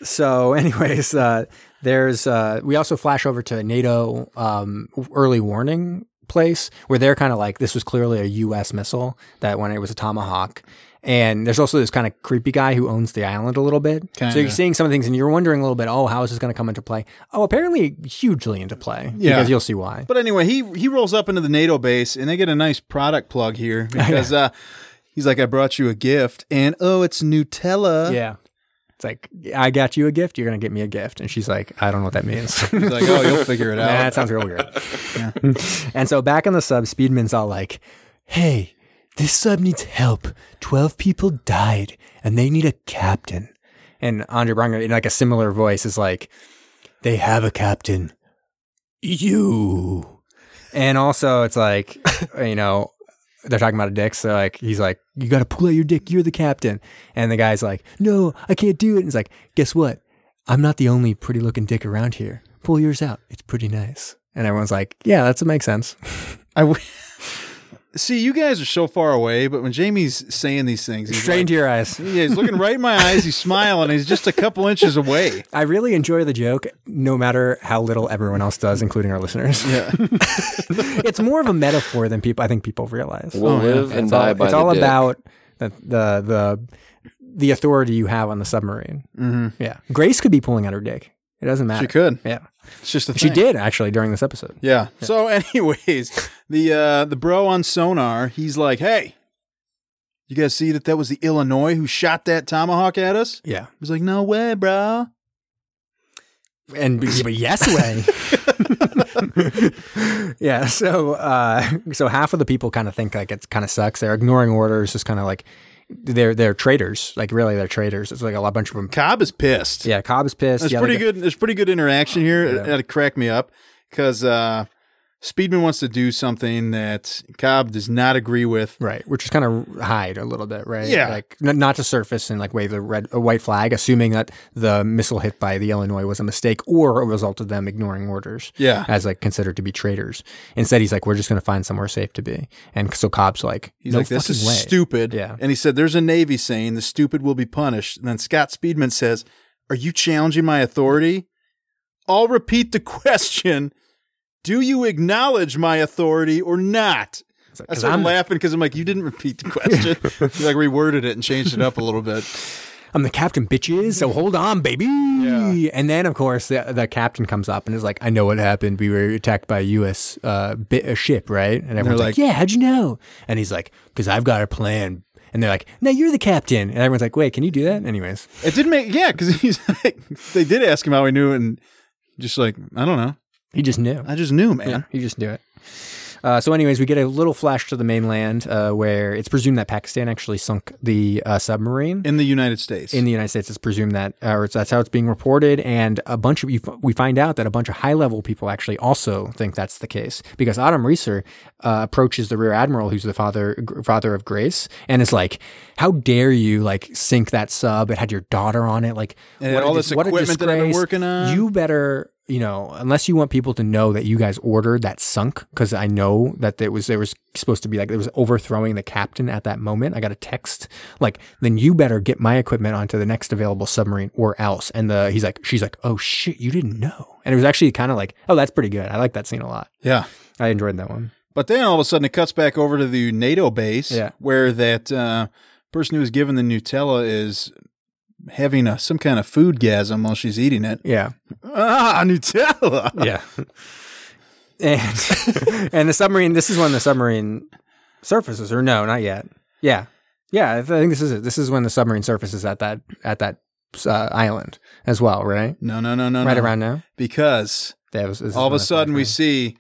[SPEAKER 2] so, anyways, uh, there's uh, we also flash over to NATO um, early warning place where they're kind of like this was clearly a U.S. missile that when it was a Tomahawk. And there's also this kind of creepy guy who owns the island a little bit. So
[SPEAKER 1] Kinda.
[SPEAKER 2] you're seeing some things and you're wondering a little bit, oh, how is this going to come into play? Oh, apparently hugely into play.
[SPEAKER 1] Yeah.
[SPEAKER 2] Because you'll see why.
[SPEAKER 1] But anyway, he he rolls up into the NATO base, and they get a nice product plug here
[SPEAKER 2] Oh,
[SPEAKER 1] because uh, he's like, "I brought you a gift," and oh, it's Nutella.
[SPEAKER 2] yeah. It's like, I got you a gift. You're going to get me a gift. And she's like, I don't know what that means.
[SPEAKER 1] He's like, "Oh, you'll figure it
[SPEAKER 2] Nah,
[SPEAKER 1] out."
[SPEAKER 2] that sounds real weird. and so back on the sub, Speedman's all like, hey, this sub needs help. 12 people died and they need a captain. And Andre Branger, in like a similar voice, is like, they have a captain. You. And also, it's like, you know, they're talking about a dick. So, like, he's like, you got to pull out your dick. You're the captain. And the guy's like, no, I can't do it. And he's like, guess what? I'm not the only pretty looking dick around here. Pull yours out. It's pretty nice. And everyone's like, yeah, that's what makes sense.
[SPEAKER 1] I w- see you guys are so far away, but when Jamie's saying these things, he's
[SPEAKER 2] Straight into your eyes.
[SPEAKER 1] like- yeah, he's looking right in my eyes. He's smiling. He's just a couple inches away.
[SPEAKER 2] I really enjoy the joke, no matter how little everyone else does, including our listeners.
[SPEAKER 1] Yeah.
[SPEAKER 2] it's more of a metaphor than people. I think people realize.
[SPEAKER 3] We'll live and
[SPEAKER 2] Oh, it's
[SPEAKER 3] die
[SPEAKER 2] all,
[SPEAKER 3] by
[SPEAKER 2] it's
[SPEAKER 3] the
[SPEAKER 2] all
[SPEAKER 3] dick.
[SPEAKER 2] about the, the the the authority you have on the submarine.
[SPEAKER 1] hmm
[SPEAKER 2] Yeah, Grace could be pulling out her dick. It doesn't matter.
[SPEAKER 1] She could.
[SPEAKER 2] Yeah,
[SPEAKER 1] It's just a
[SPEAKER 2] she
[SPEAKER 1] thing.
[SPEAKER 2] did actually during this episode.
[SPEAKER 1] Yeah. So, anyways, the uh, the bro on sonar, he's like, "Hey, you guys see that that was the Illinois who shot that tomahawk at us?"
[SPEAKER 2] Yeah,
[SPEAKER 1] He's like, "No way, bro."
[SPEAKER 2] and but but yes way. yeah, so uh, so half of the people kind of think like it kind of sucks. They're ignoring orders, just kind of like they're they're traitors. Like really, they're traitors. It's like a lot- bunch of them.
[SPEAKER 1] Cobb is pissed.
[SPEAKER 2] Yeah, Cobb's pissed.
[SPEAKER 1] There's
[SPEAKER 2] the other
[SPEAKER 1] pretty
[SPEAKER 2] guy-
[SPEAKER 1] good. There's pretty good interaction here. It-
[SPEAKER 2] Yeah.
[SPEAKER 1] That'd crack me up because uh, Speedman wants to do something that Cobb does not agree with.
[SPEAKER 2] Right, which is kind of hide a little bit, right?
[SPEAKER 1] Yeah.
[SPEAKER 2] like n- not to surface and like wave the red, a white flag, assuming that the missile hit by the Illinois was a mistake or a result of them ignoring orders.
[SPEAKER 1] Yeah.
[SPEAKER 2] as like considered to be traitors. Instead, he's like, "We're just going to find somewhere safe to be." And so Cobb's like,
[SPEAKER 1] He's
[SPEAKER 2] "No
[SPEAKER 1] like, "This
[SPEAKER 2] fucking
[SPEAKER 1] is
[SPEAKER 2] way."
[SPEAKER 1] stupid."
[SPEAKER 2] Yeah.
[SPEAKER 1] And he said, "There's a Navy saying the stupid will be punished." And then Scott Speedman says, "Are you challenging my authority?" I'll repeat the question: Do you acknowledge my authority or not? I
[SPEAKER 2] 'Cause
[SPEAKER 1] started
[SPEAKER 2] I'm-
[SPEAKER 1] laughing because I'm like, "You didn't repeat the question." He, like reworded it and changed it up a little bit.
[SPEAKER 2] I'm the captain, bitches. So hold on, baby. And then, of course, the, the captain comes up and is like, I know what happened. We were attacked by a U.S. Uh, bi- a ship, right? And everyone's
[SPEAKER 1] they're like-
[SPEAKER 2] like, Yeah, how'd you know? And he's like, Because I've got a plan. And they're like, No, you're the captain. And everyone's like, Wait, can you do that? Anyways,
[SPEAKER 1] It did make yeah, because he's like, they did ask him how he knew, and just like I don't know,
[SPEAKER 2] he just knew.
[SPEAKER 1] I just knew, man.
[SPEAKER 2] Yeah, you just do it. Uh, so, anyways, we get a little flash to the mainland uh, where it's presumed that Pakistan actually sunk the uh, submarine.
[SPEAKER 1] In the United States,
[SPEAKER 2] in the United States, it's presumed that, uh, or it's, that's how it's being reported. And a bunch of you, we find out that a bunch of high level people actually also think that's the case because Adam Reeser uh, approaches the rear admiral, who's the father father of Grace, and is like, "How dare you like sink that sub? It had your daughter on it. Like
[SPEAKER 1] It had
[SPEAKER 2] a
[SPEAKER 1] all
[SPEAKER 2] dis-
[SPEAKER 1] this equipment that I've been
[SPEAKER 2] disgrace.
[SPEAKER 1] working on."
[SPEAKER 2] You better." You know, unless you want people to know that you guys ordered that sunk, because I know that there was there was supposed to be like there was overthrowing the captain at that moment. I got a text like then you better get my equipment onto the next available submarine or else and the he's like she's like oh shit you didn't know and it was actually kind of like oh that's pretty good i like that scene a lot
[SPEAKER 1] yeah.
[SPEAKER 2] i enjoyed that one
[SPEAKER 1] But then all of a sudden it cuts back over to the NATO base,
[SPEAKER 2] Yeah.
[SPEAKER 1] where that uh, person who was given the Nutella is having a, some kind of food gasm while she's eating it.
[SPEAKER 2] yeah
[SPEAKER 1] Ah, Nutella.
[SPEAKER 2] yeah and and the submarine. This is when the submarine surfaces, or no, not yet. Yeah, yeah. I think this is it. This is when the submarine surfaces at that at that uh, island as well, right?
[SPEAKER 1] No, no, no, no,
[SPEAKER 2] right
[SPEAKER 1] no.
[SPEAKER 2] around now.
[SPEAKER 1] because
[SPEAKER 2] That was, this is
[SPEAKER 1] Uh-huh. all of
[SPEAKER 2] when
[SPEAKER 1] a
[SPEAKER 2] that
[SPEAKER 1] sudden we
[SPEAKER 2] happened.
[SPEAKER 1] see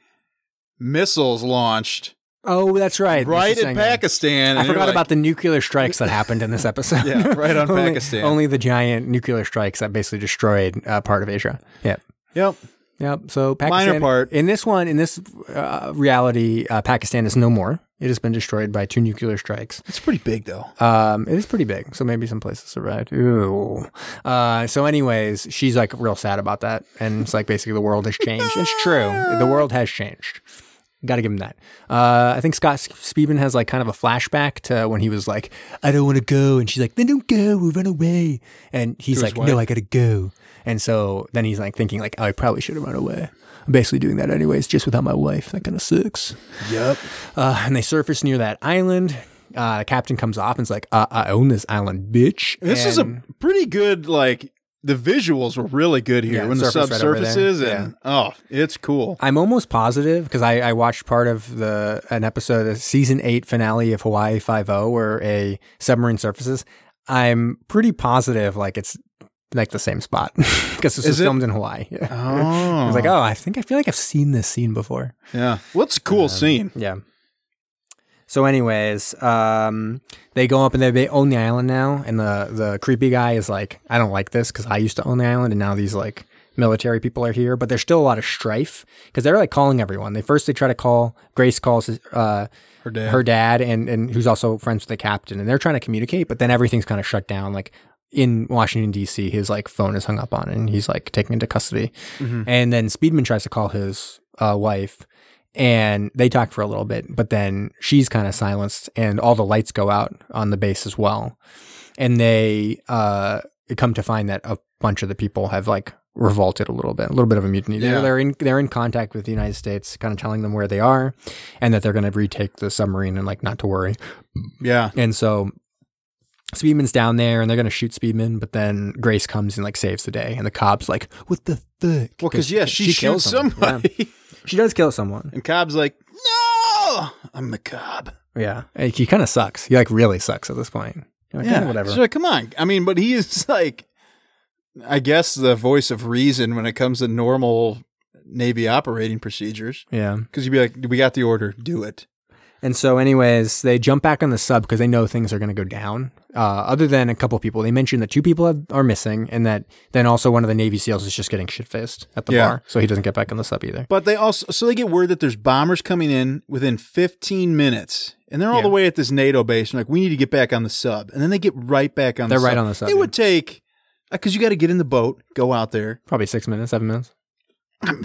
[SPEAKER 1] missiles launched
[SPEAKER 2] Oh, that's right.
[SPEAKER 1] right
[SPEAKER 2] This is
[SPEAKER 1] at
[SPEAKER 2] saying that.
[SPEAKER 1] Pakistan.
[SPEAKER 2] I forgot about the nuclear strikes that happened in this episode.
[SPEAKER 1] Yeah, right on
[SPEAKER 2] Only-
[SPEAKER 1] Pakistan.
[SPEAKER 2] Only the giant nuclear strikes that basically destroyed uh, part of Asia. Yeah.
[SPEAKER 1] Yep.
[SPEAKER 2] Yep. So Pakistan,
[SPEAKER 1] Minor part.
[SPEAKER 2] in this one, in this uh, reality, uh, Pakistan is no more. It has been destroyed by two nuclear strikes.
[SPEAKER 1] It's pretty big though.
[SPEAKER 2] Um, it is pretty big, so maybe some places survived. Ooh. Uh, so, anyways, she's like real sad about that, and it's like basically the world has changed. It's true, the world has changed. Got to give him that. Uh, I think Scott Speedman has like kind of a flashback to when he was like, "I don't want to go," and she's like, "Then don't go, we'll run away," and he's
[SPEAKER 1] To
[SPEAKER 2] like,
[SPEAKER 1] his
[SPEAKER 2] "No,
[SPEAKER 1] wife.
[SPEAKER 2] I gotta go," and so then he's like thinking like, "Oh, "I probably should have run away." I'm basically doing that anyways, just without my wife. That kind of sucks.
[SPEAKER 1] Yep.
[SPEAKER 2] Uh, and they surface near that island. Uh, the captain comes off and's like, uh, "I own this island, bitch."
[SPEAKER 1] This is a
[SPEAKER 2] And-
[SPEAKER 1] pretty good like the visuals were really good here
[SPEAKER 2] Yeah,
[SPEAKER 1] when the sub
[SPEAKER 2] surface right over there.
[SPEAKER 1] surfaces and oh, it's cool.
[SPEAKER 2] I'm almost positive because I, I watched part of the an episode of the season eight finale of Hawaii Five O where a submarine surfaces. I'm pretty positive like it's like the same spot because
[SPEAKER 1] Is
[SPEAKER 2] this was
[SPEAKER 1] it?
[SPEAKER 2] filmed in Hawaii. Yeah.
[SPEAKER 1] Oh.
[SPEAKER 2] I was like, oh, I think I feel like I've seen this scene before.
[SPEAKER 1] Yeah. What's a cool
[SPEAKER 2] Um,
[SPEAKER 1] scene?
[SPEAKER 2] Yeah. So, anyways, um, they go up and they, they own the island now, and the the creepy guy is like, I don't like this because I used to own the island, and now these like military people are here, but there's still a lot of strife because they're like calling everyone. They first they try to call Grace calls uh,
[SPEAKER 1] Her dad.
[SPEAKER 2] her dad and and who's also friends with the captain, and they're trying to communicate, but then everything's kind of shut down, like. In Washington D.C., his like phone is hung up on, and he's like taken into custody. And then Speedman tries to call his uh, wife, and they talk for a little bit, but then she's kind of silenced, and all the lights go out on the base as well. And they uh, come to find that a bunch of the people have like revolted a little bit, a little bit of a mutiny.
[SPEAKER 1] Yeah.
[SPEAKER 2] They're, they're in they're in contact with the United States, kind of telling them where they are, and that they're going to retake the submarine and like not to worry.
[SPEAKER 1] Yeah.
[SPEAKER 2] And so Speedman's down there and they're going to shoot Speedman, but then Grace comes and like saves the day. And the cop's like, what the fuck?
[SPEAKER 1] Well, because yeah, she, shoots
[SPEAKER 2] someone.
[SPEAKER 1] somebody,
[SPEAKER 2] Yeah. She does kill someone.
[SPEAKER 1] and Cobb's like, "No, I'm the Cobb."
[SPEAKER 2] Yeah. And he kind of sucks. He like really sucks at this point. You're like, "Eh, whatever.
[SPEAKER 1] So come on. I mean, but he is like, I guess the voice of reason when it comes to normal Navy operating procedures.
[SPEAKER 2] Yeah.
[SPEAKER 1] Because you'd be like, we got the order, do it.
[SPEAKER 2] And so, anyways, they jump back on the sub because they know things are going to go down. Uh, other than a couple people, they mentioned that two people have, are missing, and that then also one of the Navy SEALs is just getting shit faced at the
[SPEAKER 1] Yeah.
[SPEAKER 2] bar, so he doesn't get back on the sub either.
[SPEAKER 1] But they also, so they get word that there's bombers coming in within 15 minutes, and they're all the
[SPEAKER 2] Yeah.
[SPEAKER 1] way at this NATO base. And like, we need to get back on the sub, and then they get right back on.
[SPEAKER 2] They're
[SPEAKER 1] the
[SPEAKER 2] right
[SPEAKER 1] sub.
[SPEAKER 2] on the sub,
[SPEAKER 1] It
[SPEAKER 2] yeah.
[SPEAKER 1] would take because you got to get in the boat, go out there.
[SPEAKER 2] Probably six minutes, seven minutes.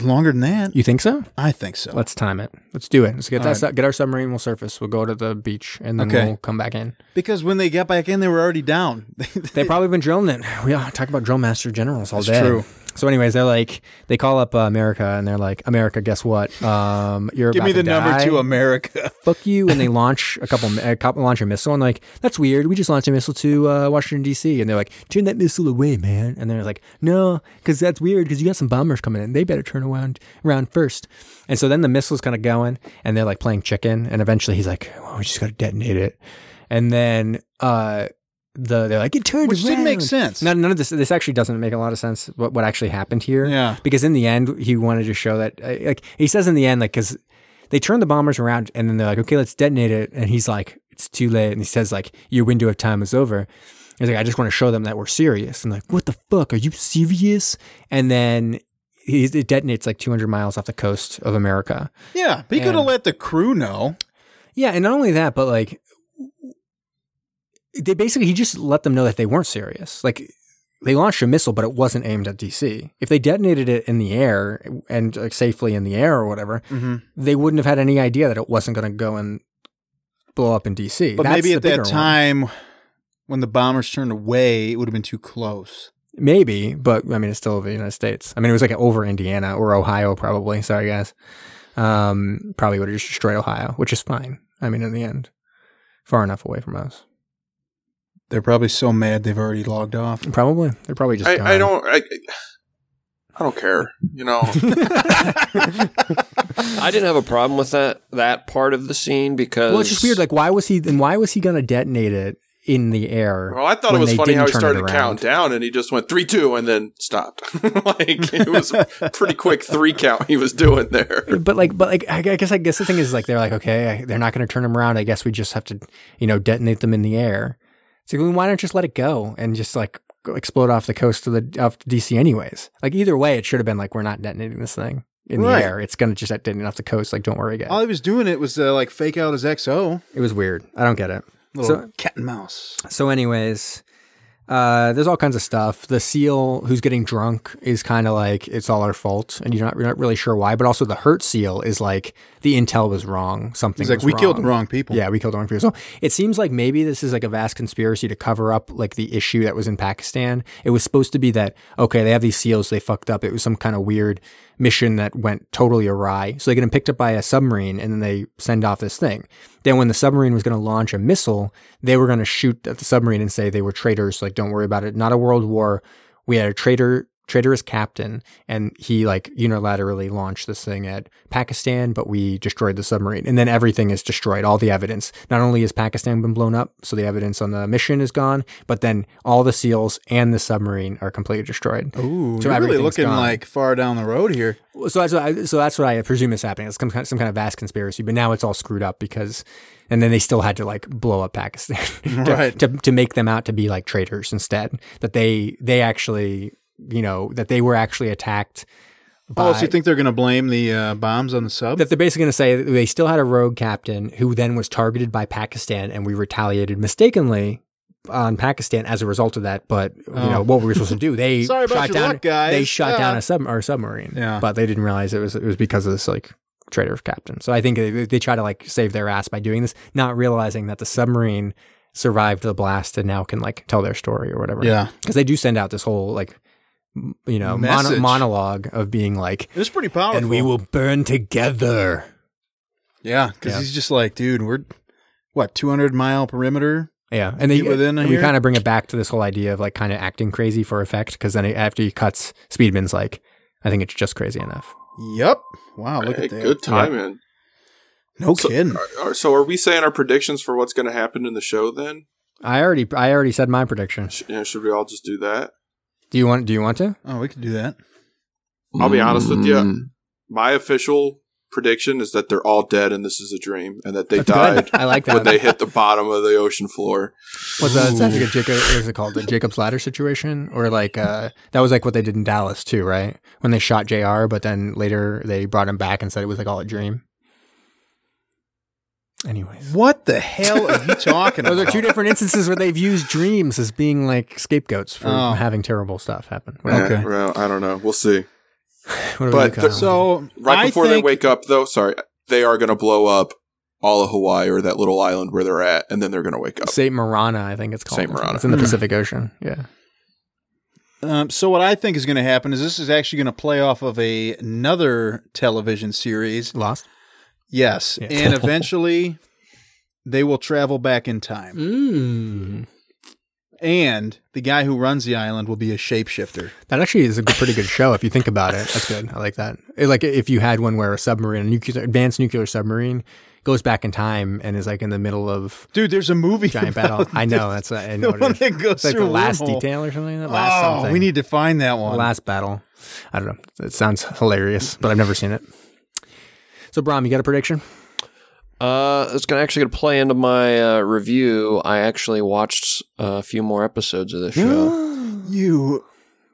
[SPEAKER 1] Longer than that,
[SPEAKER 2] You think so?
[SPEAKER 1] I think so.
[SPEAKER 2] Let's time it. Let's do it. Let's get
[SPEAKER 1] All
[SPEAKER 2] that.
[SPEAKER 1] right.
[SPEAKER 2] su- get our submarine. We'll surface. We'll go to the beach, and then
[SPEAKER 1] Okay.
[SPEAKER 2] we'll come back in.
[SPEAKER 1] because when they got back in, they were already down.
[SPEAKER 2] They've probably been drilling it. We all talk about drill master generals all
[SPEAKER 1] That's
[SPEAKER 2] day.
[SPEAKER 1] true.
[SPEAKER 2] So, anyways, they're like, they call up uh, America, and they're like, America, guess what? Um, you're
[SPEAKER 1] Give
[SPEAKER 2] about
[SPEAKER 1] me
[SPEAKER 2] to
[SPEAKER 1] the number
[SPEAKER 2] die.
[SPEAKER 1] to America.
[SPEAKER 2] fuck you and they launch a couple a couple launch a missile and like that's weird we just launched a missile to uh, washington d.c and they're like turn that missile away man and they're like no because that's weird because you got some bombers coming in they better turn around around first and so then the missile's kind of going and they're like playing chicken and eventually he's like oh, we just gotta detonate it and then uh the they're like it turned
[SPEAKER 1] Which
[SPEAKER 2] around.
[SPEAKER 1] didn't make sense.
[SPEAKER 2] None, none of this. This actually doesn't make a lot of sense. What what actually happened here?
[SPEAKER 1] Yeah.
[SPEAKER 2] Because in the end, he wanted to show that. uh, Like he says in the end, like because they turn the bombers around and then they're like, okay, let's detonate it. And he's like, it's too late. And he says like, your window of time is over. He's like, I just want to show them that we're serious. And like, what the fuck? Are you serious? And then he it detonates like 200 miles off the coast of America.
[SPEAKER 1] Yeah, he could have
[SPEAKER 2] And-
[SPEAKER 1] let the crew know.
[SPEAKER 2] Yeah, and not only that, but like they basically he just let them know that they weren't serious. Like they launched a missile, but it wasn't aimed at DC. If they detonated it in the air and like safely in the air or whatever, they wouldn't have had any idea that it wasn't going to go and blow up in DC.
[SPEAKER 1] But
[SPEAKER 2] That's
[SPEAKER 1] maybe
[SPEAKER 2] the
[SPEAKER 1] at that
[SPEAKER 2] bigger one.
[SPEAKER 1] time, when the bombers turned away, it would have been too close.
[SPEAKER 2] maybe. But I mean, it's still the United States. I mean, it was like over Indiana or Ohio, probably. Sorry, guys. Um, probably would have just destroyed Ohio, which is fine. I mean, in the end, far enough away from us.
[SPEAKER 1] They're probably so mad they've already logged off.
[SPEAKER 2] Probably. They're probably just.
[SPEAKER 4] I, I
[SPEAKER 2] gone.
[SPEAKER 4] don't. I, I don't care. You know,
[SPEAKER 3] I didn't have a problem with that that part of the scene because
[SPEAKER 2] Well, it's just weird. Like, why was he? Then why was he gonna detonate it in the air?
[SPEAKER 4] Well, I thought
[SPEAKER 2] when
[SPEAKER 4] it was
[SPEAKER 2] they
[SPEAKER 4] funny how
[SPEAKER 2] didn't turn it
[SPEAKER 4] he started to
[SPEAKER 2] around?
[SPEAKER 4] count down and he just went three, two, and then stopped. like it was a pretty quick three count he was doing there.
[SPEAKER 2] But like, but like, I I guess I guess the thing is like they're like, okay, I, they're not gonna turn him around. I guess we just have to, you know, detonate them in the air. It's like, well, why don't you just let it go and just like go explode off the coast of the of DC anyways? Like either way, it should have been like we're not detonating this thing in
[SPEAKER 1] Right.
[SPEAKER 2] the air. It's gonna just detonate off the coast. Like, don't worry, guys.
[SPEAKER 1] All he was doing it was uh, like fake out his XO.
[SPEAKER 2] it was weird. I don't get it.
[SPEAKER 1] Little
[SPEAKER 2] So-
[SPEAKER 1] cat and mouse.
[SPEAKER 2] So, anyways, uh, there's all kinds of stuff. The seal who's getting drunk is kind of like it's all our fault, and you're not you're not really sure why. But also the hurt seal is like the intel was wrong. Something
[SPEAKER 1] He's like,
[SPEAKER 2] was
[SPEAKER 1] we killed the wrong people.
[SPEAKER 2] Yeah, we killed the wrong people. So it seems like maybe this is like a vast conspiracy to cover up like the issue that was in Pakistan. It was supposed to be that okay, they have these seals, they fucked up. It was some kind of weird mission that went totally awry. So they get them picked up by a submarine and then they send off this thing. Then when the submarine was going to launch a missile, they were going to shoot at the submarine and say they were traitors. Like, don't worry about it. Not a world war. We had a traitor. Traitorous captain, and he like unilaterally launched this thing at Pakistan, but we destroyed the submarine. And then everything is destroyed, all the evidence. Not only has Pakistan been blown up, so the evidence on the mission is gone, but then all the seals and the submarine are completely destroyed.
[SPEAKER 1] Ooh,
[SPEAKER 2] So
[SPEAKER 1] you're really
[SPEAKER 2] everything's
[SPEAKER 1] looking
[SPEAKER 2] gone.
[SPEAKER 1] like far down the road here.
[SPEAKER 2] So that's what I, so that's what I presume is happening. It's some kind, some kind of vast conspiracy, but now it's all screwed up because, and then they still had to like blow up Pakistan to,
[SPEAKER 1] Right.
[SPEAKER 2] to to make them out to be like traitors instead. That they they actually you know that they were actually attacked. By,
[SPEAKER 1] Oh, so you think they're going to blame the uh, bombs on the sub?
[SPEAKER 2] that they're basically going to say that they still had a rogue captain who then was targeted by Pakistan, and we retaliated mistakenly on Pakistan as a result of that. But you
[SPEAKER 1] Oh.
[SPEAKER 2] know what were we supposed to do? They
[SPEAKER 1] Sorry about
[SPEAKER 2] shot
[SPEAKER 1] your
[SPEAKER 2] down.
[SPEAKER 1] luck, guys.
[SPEAKER 2] They shot down
[SPEAKER 1] Yeah.
[SPEAKER 2] a sub or a submarine.
[SPEAKER 1] Yeah.
[SPEAKER 2] but they didn't realize it was it was because of this like traitor captain. So I think they, they try to like save their ass by doing this, not realizing that the submarine survived the blast and now can like tell their story or whatever.
[SPEAKER 1] yeah,
[SPEAKER 2] because they do send out this whole like m- you know mono-
[SPEAKER 1] Message.
[SPEAKER 2] monologue of being like
[SPEAKER 1] it was pretty powerful.
[SPEAKER 2] and we will burn together.
[SPEAKER 1] yeah, because
[SPEAKER 2] Yeah.
[SPEAKER 1] he's just like, dude, we're what 200 mile perimeter.
[SPEAKER 2] Yeah, and they,
[SPEAKER 1] Get within
[SPEAKER 2] and we
[SPEAKER 1] here.
[SPEAKER 2] kind of bring it back to this whole idea of like kind of acting crazy for effect, because then after he cuts, Speedman's like, I think it's just crazy enough.
[SPEAKER 1] Yep. Wow, look
[SPEAKER 4] Hey,
[SPEAKER 1] at that.
[SPEAKER 4] good timing.
[SPEAKER 1] No
[SPEAKER 4] So-
[SPEAKER 1] kidding.
[SPEAKER 4] Are- So are we saying our predictions for what's going to happen in the show then?
[SPEAKER 2] I already, I already said my prediction.
[SPEAKER 4] Sh- you know, should we all just do that?
[SPEAKER 2] Do you want? Do you want to?
[SPEAKER 1] Oh, we could do that.
[SPEAKER 4] I'll be honest with you.
[SPEAKER 3] Mm.
[SPEAKER 4] My official prediction is that they're all dead and this is a dream and that they
[SPEAKER 2] That's
[SPEAKER 4] died
[SPEAKER 2] good. I like that.
[SPEAKER 4] when they hit the bottom of the ocean floor.
[SPEAKER 2] What's that? That's like a Jacob. What's it called? The Jacob's Ladder situation, or like uh, that was like what they did in Dallas too, right? When they shot Jr., but then later they brought him back and said it was like all a dream. Anyways,
[SPEAKER 1] What the hell are you talking about?
[SPEAKER 2] Those are two different instances where they've used dreams as being like scapegoats for
[SPEAKER 1] Oh.
[SPEAKER 2] having terrible stuff happen.
[SPEAKER 4] Eh,
[SPEAKER 1] Okay.
[SPEAKER 4] well, I don't know. We'll see.
[SPEAKER 2] What
[SPEAKER 4] But
[SPEAKER 2] about you, Kyle?
[SPEAKER 4] the-
[SPEAKER 1] So
[SPEAKER 4] Right
[SPEAKER 1] I
[SPEAKER 4] before
[SPEAKER 1] think-
[SPEAKER 4] they wake up, though, sorry, they are going to blow up all of Hawaii or that little island where they're at, and then they're going to wake up.
[SPEAKER 2] Saint Marana, I think it's called.
[SPEAKER 4] Saint Marana.
[SPEAKER 2] It's in the
[SPEAKER 1] Hmm.
[SPEAKER 2] Pacific Ocean. Yeah.
[SPEAKER 1] Um, so what I think is going to happen is this is actually going to play off of a, another television series.
[SPEAKER 2] Lost.
[SPEAKER 1] Yes,
[SPEAKER 2] Yeah.
[SPEAKER 1] and eventually they will travel back in time,
[SPEAKER 2] Mm.
[SPEAKER 1] and the guy who runs the island will be a shapeshifter.
[SPEAKER 2] That actually is a good, pretty good show if you think about it. That's good. I like that. It- like if you had one where a submarine, a nuclear, advanced nuclear submarine, goes back in time and is like in the middle of
[SPEAKER 1] Dude, there's a movie.
[SPEAKER 2] giant
[SPEAKER 1] about
[SPEAKER 2] battle. I know. That's I know
[SPEAKER 1] the
[SPEAKER 2] what
[SPEAKER 1] one
[SPEAKER 2] it is.
[SPEAKER 1] that goes
[SPEAKER 2] It's like
[SPEAKER 1] through
[SPEAKER 2] the
[SPEAKER 1] a
[SPEAKER 2] last
[SPEAKER 1] wormhole.
[SPEAKER 2] detail or something. That last
[SPEAKER 1] oh,
[SPEAKER 2] something.
[SPEAKER 1] we need to find that one.
[SPEAKER 2] Last battle. I don't know. It sounds hilarious, but I've never seen it. So, Brom, you got a prediction?
[SPEAKER 3] Uh, it's gonna actually gonna play into my uh, review. I actually watched a few more episodes of this show.
[SPEAKER 1] you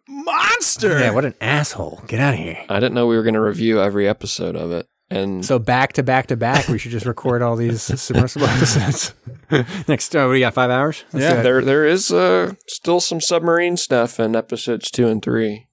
[SPEAKER 1] monster!
[SPEAKER 2] Yeah, what an asshole. Get out of here.
[SPEAKER 3] I didn't know we were gonna review every episode of it, and
[SPEAKER 2] So, back to back to back, we should just record all these submersible episodes. Next, oh, we got five hours? Let's
[SPEAKER 1] Yeah.
[SPEAKER 2] do it.
[SPEAKER 3] there there is uh, still some submarine stuff in episodes two and three.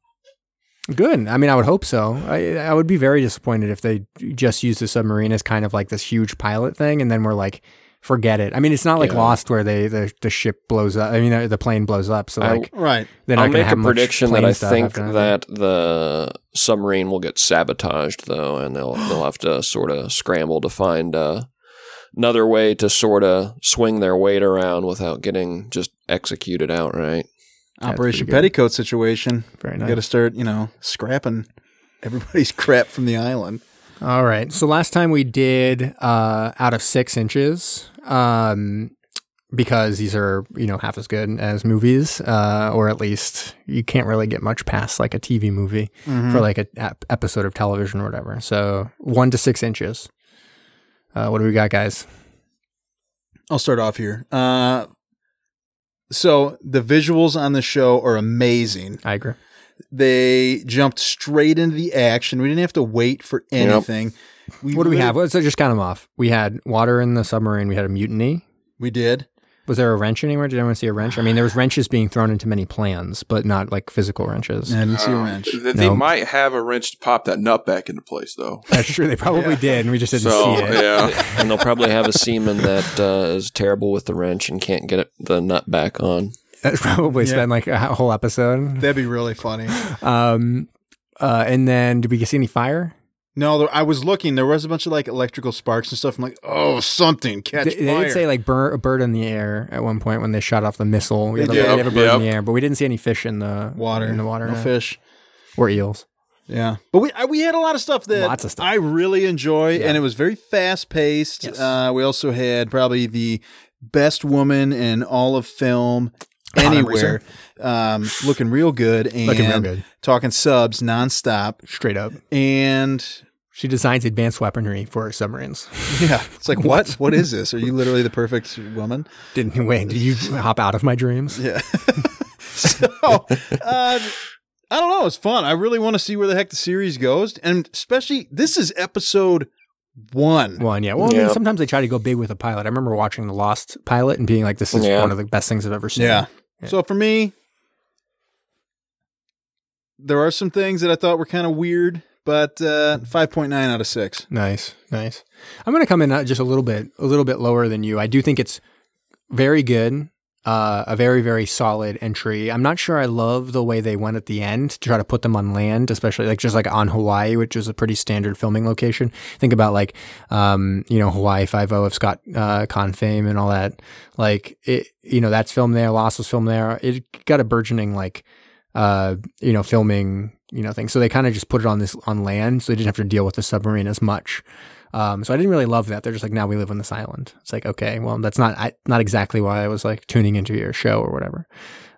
[SPEAKER 2] Good. I mean, I would hope so. I, I would be very disappointed if they just used the submarine as kind of like this huge pilot thing, and then we're like, forget it. I mean, it's not like
[SPEAKER 3] Yeah.
[SPEAKER 2] Lost where they the, the ship blows up. I mean, the, the plane blows up. So
[SPEAKER 3] I-
[SPEAKER 2] like,
[SPEAKER 1] Right.
[SPEAKER 2] they're not
[SPEAKER 3] I'll
[SPEAKER 2] gonna
[SPEAKER 3] make a
[SPEAKER 2] have much
[SPEAKER 3] prediction that
[SPEAKER 2] plane
[SPEAKER 3] I
[SPEAKER 2] stuff
[SPEAKER 3] think
[SPEAKER 2] after
[SPEAKER 3] that the submarine will get sabotaged though, and they'll they'll have to sort of scramble to find uh, another way to sort of swing their weight around without getting just executed outright.
[SPEAKER 2] That's
[SPEAKER 1] Operation
[SPEAKER 2] pretty good.
[SPEAKER 1] Petticoat situation.
[SPEAKER 2] Very
[SPEAKER 1] You got to
[SPEAKER 2] nice.
[SPEAKER 1] start, you know, scrapping everybody's crap from the island.
[SPEAKER 2] All right. So last time we did uh, out of six inches um, because these are you know half as good as movies, uh, or at least you can't really get much past like a TV movie for like an ep- episode of television or whatever. So one to six inches. Uh, what do we got, guys?
[SPEAKER 1] I'll start off here. Uh, so the visuals on the show are amazing.
[SPEAKER 2] I agree.
[SPEAKER 1] They jumped straight into the action. We didn't have to wait for
[SPEAKER 3] Yep.
[SPEAKER 1] anything. We
[SPEAKER 2] What do we
[SPEAKER 1] lit-
[SPEAKER 2] have? Let's just count them off. We had water in the submarine. We had a mutiny.
[SPEAKER 1] We did.
[SPEAKER 2] Was there a wrench anywhere? Did anyone see a wrench? I mean, there was wrenches being thrown into many plans, but not like physical wrenches.
[SPEAKER 1] I didn't see a
[SPEAKER 4] Um,
[SPEAKER 1] wrench.
[SPEAKER 4] th- They
[SPEAKER 2] No.
[SPEAKER 4] might have a wrench to pop that nut back into place, though.
[SPEAKER 2] That's true. They probably did, and we just didn't
[SPEAKER 4] so
[SPEAKER 2] see it.
[SPEAKER 4] yeah,
[SPEAKER 3] and they'll probably have a seaman that uh, is terrible with the wrench and can't get it, the nut back on.
[SPEAKER 2] That's probably
[SPEAKER 1] Yeah.
[SPEAKER 2] spent like a ho- whole episode.
[SPEAKER 1] That'd be really funny.
[SPEAKER 2] Um, uh, and then did we see any fire?
[SPEAKER 1] No, there, I was looking. There was a bunch of like electrical sparks and stuff. I'm like, oh, something catch
[SPEAKER 2] They, they
[SPEAKER 1] fire.
[SPEAKER 2] did say like bur- a bird in the air at one point when they shot off the missile. We
[SPEAKER 1] They
[SPEAKER 2] had, a,
[SPEAKER 1] did.
[SPEAKER 2] they did have a bird
[SPEAKER 4] Yep.
[SPEAKER 2] in the air, but we didn't see any fish in the
[SPEAKER 1] water
[SPEAKER 2] in the water
[SPEAKER 1] no fish.
[SPEAKER 2] or eels.
[SPEAKER 1] Yeah, but we I, we had a lot of stuff that
[SPEAKER 2] Lots of stuff.
[SPEAKER 1] I really enjoy,
[SPEAKER 2] Yeah.
[SPEAKER 1] and it was very fast paced.
[SPEAKER 2] Yes.
[SPEAKER 1] Uh, we also had probably the best woman in all of film
[SPEAKER 2] Conor
[SPEAKER 1] anywhere, um, looking real good and
[SPEAKER 2] Looking real good,
[SPEAKER 1] talking subs nonstop,
[SPEAKER 2] straight up.
[SPEAKER 1] and
[SPEAKER 2] She designs advanced weaponry for submarines.
[SPEAKER 1] yeah, it's like what what is this? Are you literally the perfect woman?
[SPEAKER 2] Didn't wait. Did you hop out of my dreams?
[SPEAKER 1] Yeah. so, uh, I don't know. It's fun. I really want to see where the heck the series goes, and especially this is episode one.
[SPEAKER 2] One, yeah. Well, I
[SPEAKER 3] Yeah.
[SPEAKER 2] mean, sometimes they try to go big with a pilot. I remember watching the Lost pilot and being like, "This is
[SPEAKER 3] Yeah.
[SPEAKER 2] one of the best things I've ever seen."
[SPEAKER 1] Yeah.
[SPEAKER 2] Yeah.
[SPEAKER 1] So for me, there are some things that I thought were kind of weird, but uh, 5.9 out of 6.
[SPEAKER 2] Nice, nice. I'm going to come in uh, just a little bit, a little bit lower than you. I do think it's very good, uh, a very, very solid entry. I'm not sure I love the way they went at the end to try to put them on land, especially like just like on Hawaii, which is a pretty standard filming location. Think about like, um, you know, Hawaii Five O of Scott uh, Con fame and all that. Like it, you know, that's filmed there. Lost was filmed there. It got a burgeoning like uh, you know, filming, you know, things. So they kind of just put it on this on land, so they didn't have to deal with the submarine as much. Um, so I didn't really love that. They're just like, now we live on this island. It's like, okay, well, that's not I, not exactly why I was like tuning into your show or whatever.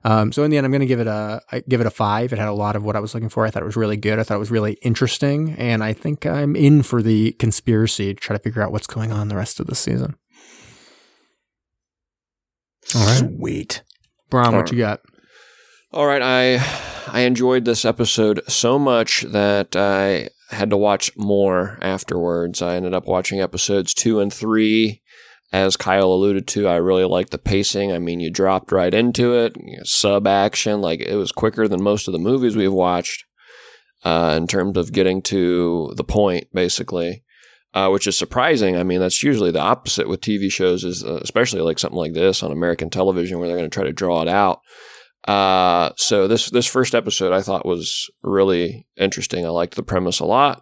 [SPEAKER 2] Um, so in the end, I'm going to give it a I give it a five. It had a lot of what I was looking for. I thought it was really good. I thought it was really interesting, and I think I'm in for the conspiracy to try to figure out what's going on the rest of the season. All right,
[SPEAKER 1] Sweet.
[SPEAKER 2] Bron, what you got?
[SPEAKER 3] All right, I I enjoyed this episode so much that I had to watch more afterwards. I ended up watching episodes 2 and 3. As Kyle alluded to, I really liked the pacing. I mean, you dropped right into it, you know, sub action, like it was quicker than most of the movies we've watched uh, in terms of getting to the point, basically. Uh, which is surprising. I mean, that's usually the opposite with TV shows, is uh, especially like something like this on American television, where they're going to try to draw it out. Uh, so this this first episode I thought was really interesting. I liked the premise a lot.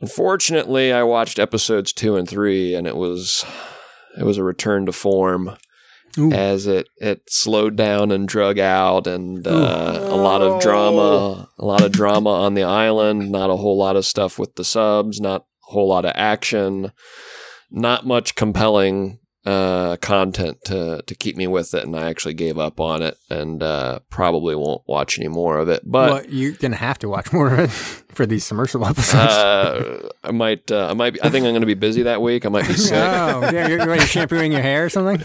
[SPEAKER 3] Unfortunately, I watched episodes two and three, and it was it was a return to form
[SPEAKER 2] Ooh.
[SPEAKER 3] as it it slowed down and drug out, and uh, a lot of drama, a lot of drama on the island. Not a whole lot of stuff with the subs. Not a whole lot of action. Not much compelling uh, content to to keep me with it, and I actually gave up on it, and uh, probably won't watch any more of it. But
[SPEAKER 2] well, you're gonna have to watch more of it for these submersible episodes. Oh,
[SPEAKER 3] uh, I might, uh, I might, be, I think I'm going to be busy that week. I might be sick,
[SPEAKER 2] oh, yeah, you're, you're shampooing your hair or something.